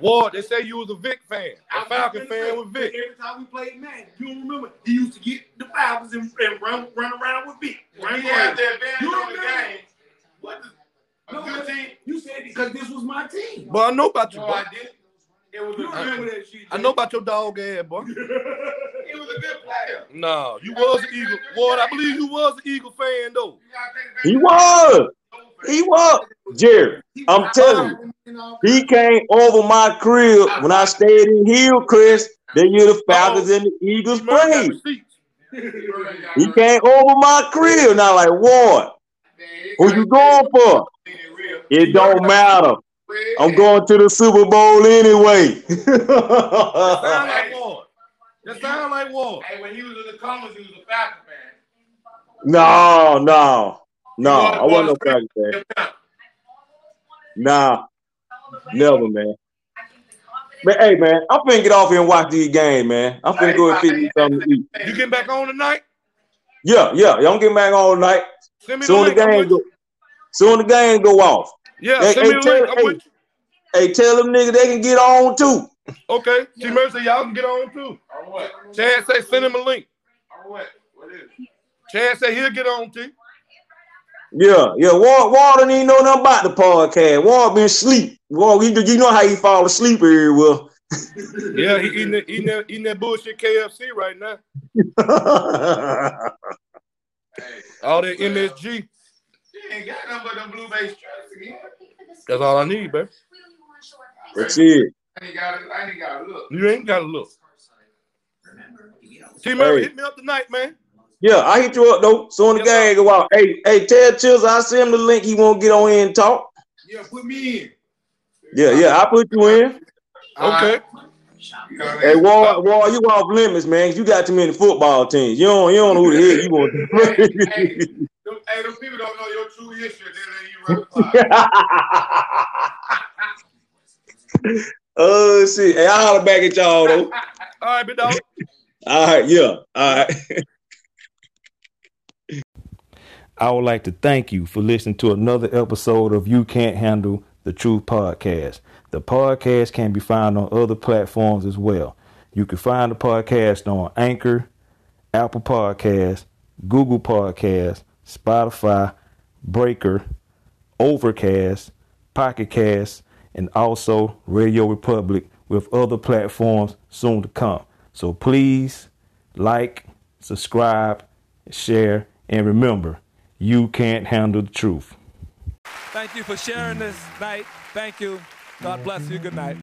Speaker 11: Ward, they say you was a Vic fan, a Falcon fan with Vic.
Speaker 7: Every time we played man, you don't remember he used to get the Falcons and, and run run around with me. Run
Speaker 11: Yeah,
Speaker 7: around.
Speaker 11: that band
Speaker 7: you
Speaker 11: on the
Speaker 7: remember?
Speaker 11: game.
Speaker 7: What the no, good team? You said because this was my team.
Speaker 11: Boy, I know about you,
Speaker 7: No,
Speaker 11: boy.
Speaker 7: I didn't. It was a
Speaker 11: You remember
Speaker 7: good shit.
Speaker 11: I know about your dog ass, boy.
Speaker 7: It was a good player.
Speaker 11: No, you was an Eagle. Ward, I believe you was an Eagle fan though.
Speaker 3: He was, he was. Jerry, I'm telling you, he came over my crib when I stayed in Hillcrest. They year the Falcons and the Eagles played. He came over my crib and I like, Ward, who you going for? It don't matter. I'm going to the Super Bowl anyway.
Speaker 7: That sound like Ward. That sound like Ward. Hey, when he was in the Commons, he was a Falcon fan.
Speaker 3: no, no, no. I wasn't no Falcons fan. Nah. Never, man. But hey, man, I'm finna get off here and watch these games, man. I'm finna go and feed me something to eat.
Speaker 7: You getting back on tonight?
Speaker 3: Yeah, yeah. Y'all get back all night.
Speaker 7: Send me
Speaker 3: soon
Speaker 7: the
Speaker 3: the
Speaker 7: link.
Speaker 3: game go. Soon the game go off.
Speaker 7: Yeah,
Speaker 3: Hey,
Speaker 7: send
Speaker 3: hey,
Speaker 7: me the
Speaker 3: tell-
Speaker 7: link. I'm
Speaker 3: hey,
Speaker 7: with
Speaker 3: hey, tell them niggas they can get on too.
Speaker 7: Okay. T Mercy, y'all can get on too. All right. Chad say send him a link. All right. What is it? Chad say he'll get on too.
Speaker 3: Yeah, yeah. Ward, Ward don't even know nothing about the podcast. Ward been asleep. Ward, you, you know how he fall asleep everywhere.
Speaker 7: Yeah, he eating that, eating, that, eating that bullshit KFC right now. All that MSG.
Speaker 16: You ain't got nothing but them blue bay straps again.
Speaker 7: That's all I need, baby.
Speaker 3: That's it.
Speaker 16: I ain't got to, I ain't got to look.
Speaker 7: You ain't gotta look. T Murray,
Speaker 3: Hey.
Speaker 7: hit me up tonight, man.
Speaker 3: yeah, I hit you up though. Soon the game go out. Hey, hey, tell Chills I send him the link. He won't get on here and talk.
Speaker 16: Yeah, put me in.
Speaker 3: Yeah, yeah. I put you in.
Speaker 7: Okay.
Speaker 3: Hey, Ward, Ward, you off limits, man. You got too many football teams. You don't, you don't know who the hell you want. to
Speaker 16: Hey, them people don't know your true history.
Speaker 3: Oh shit! Hey, I holler back at y'all though.
Speaker 7: All right, big dog.
Speaker 3: All right, yeah. All right.
Speaker 17: I would like to thank you for listening to another episode of You Can't Handle the Truth podcast. The podcast can be found on other platforms as well. You can find the podcast on Anchor, Apple Podcasts, Google Podcasts, Spotify, Breaker, Overcast, Pocket Cast, and also Radio Republic with other platforms soon to come. So please like, subscribe, share, and remember, you can't handle the truth.
Speaker 6: Thank you for sharing this night. Thank you. God bless you. Good night.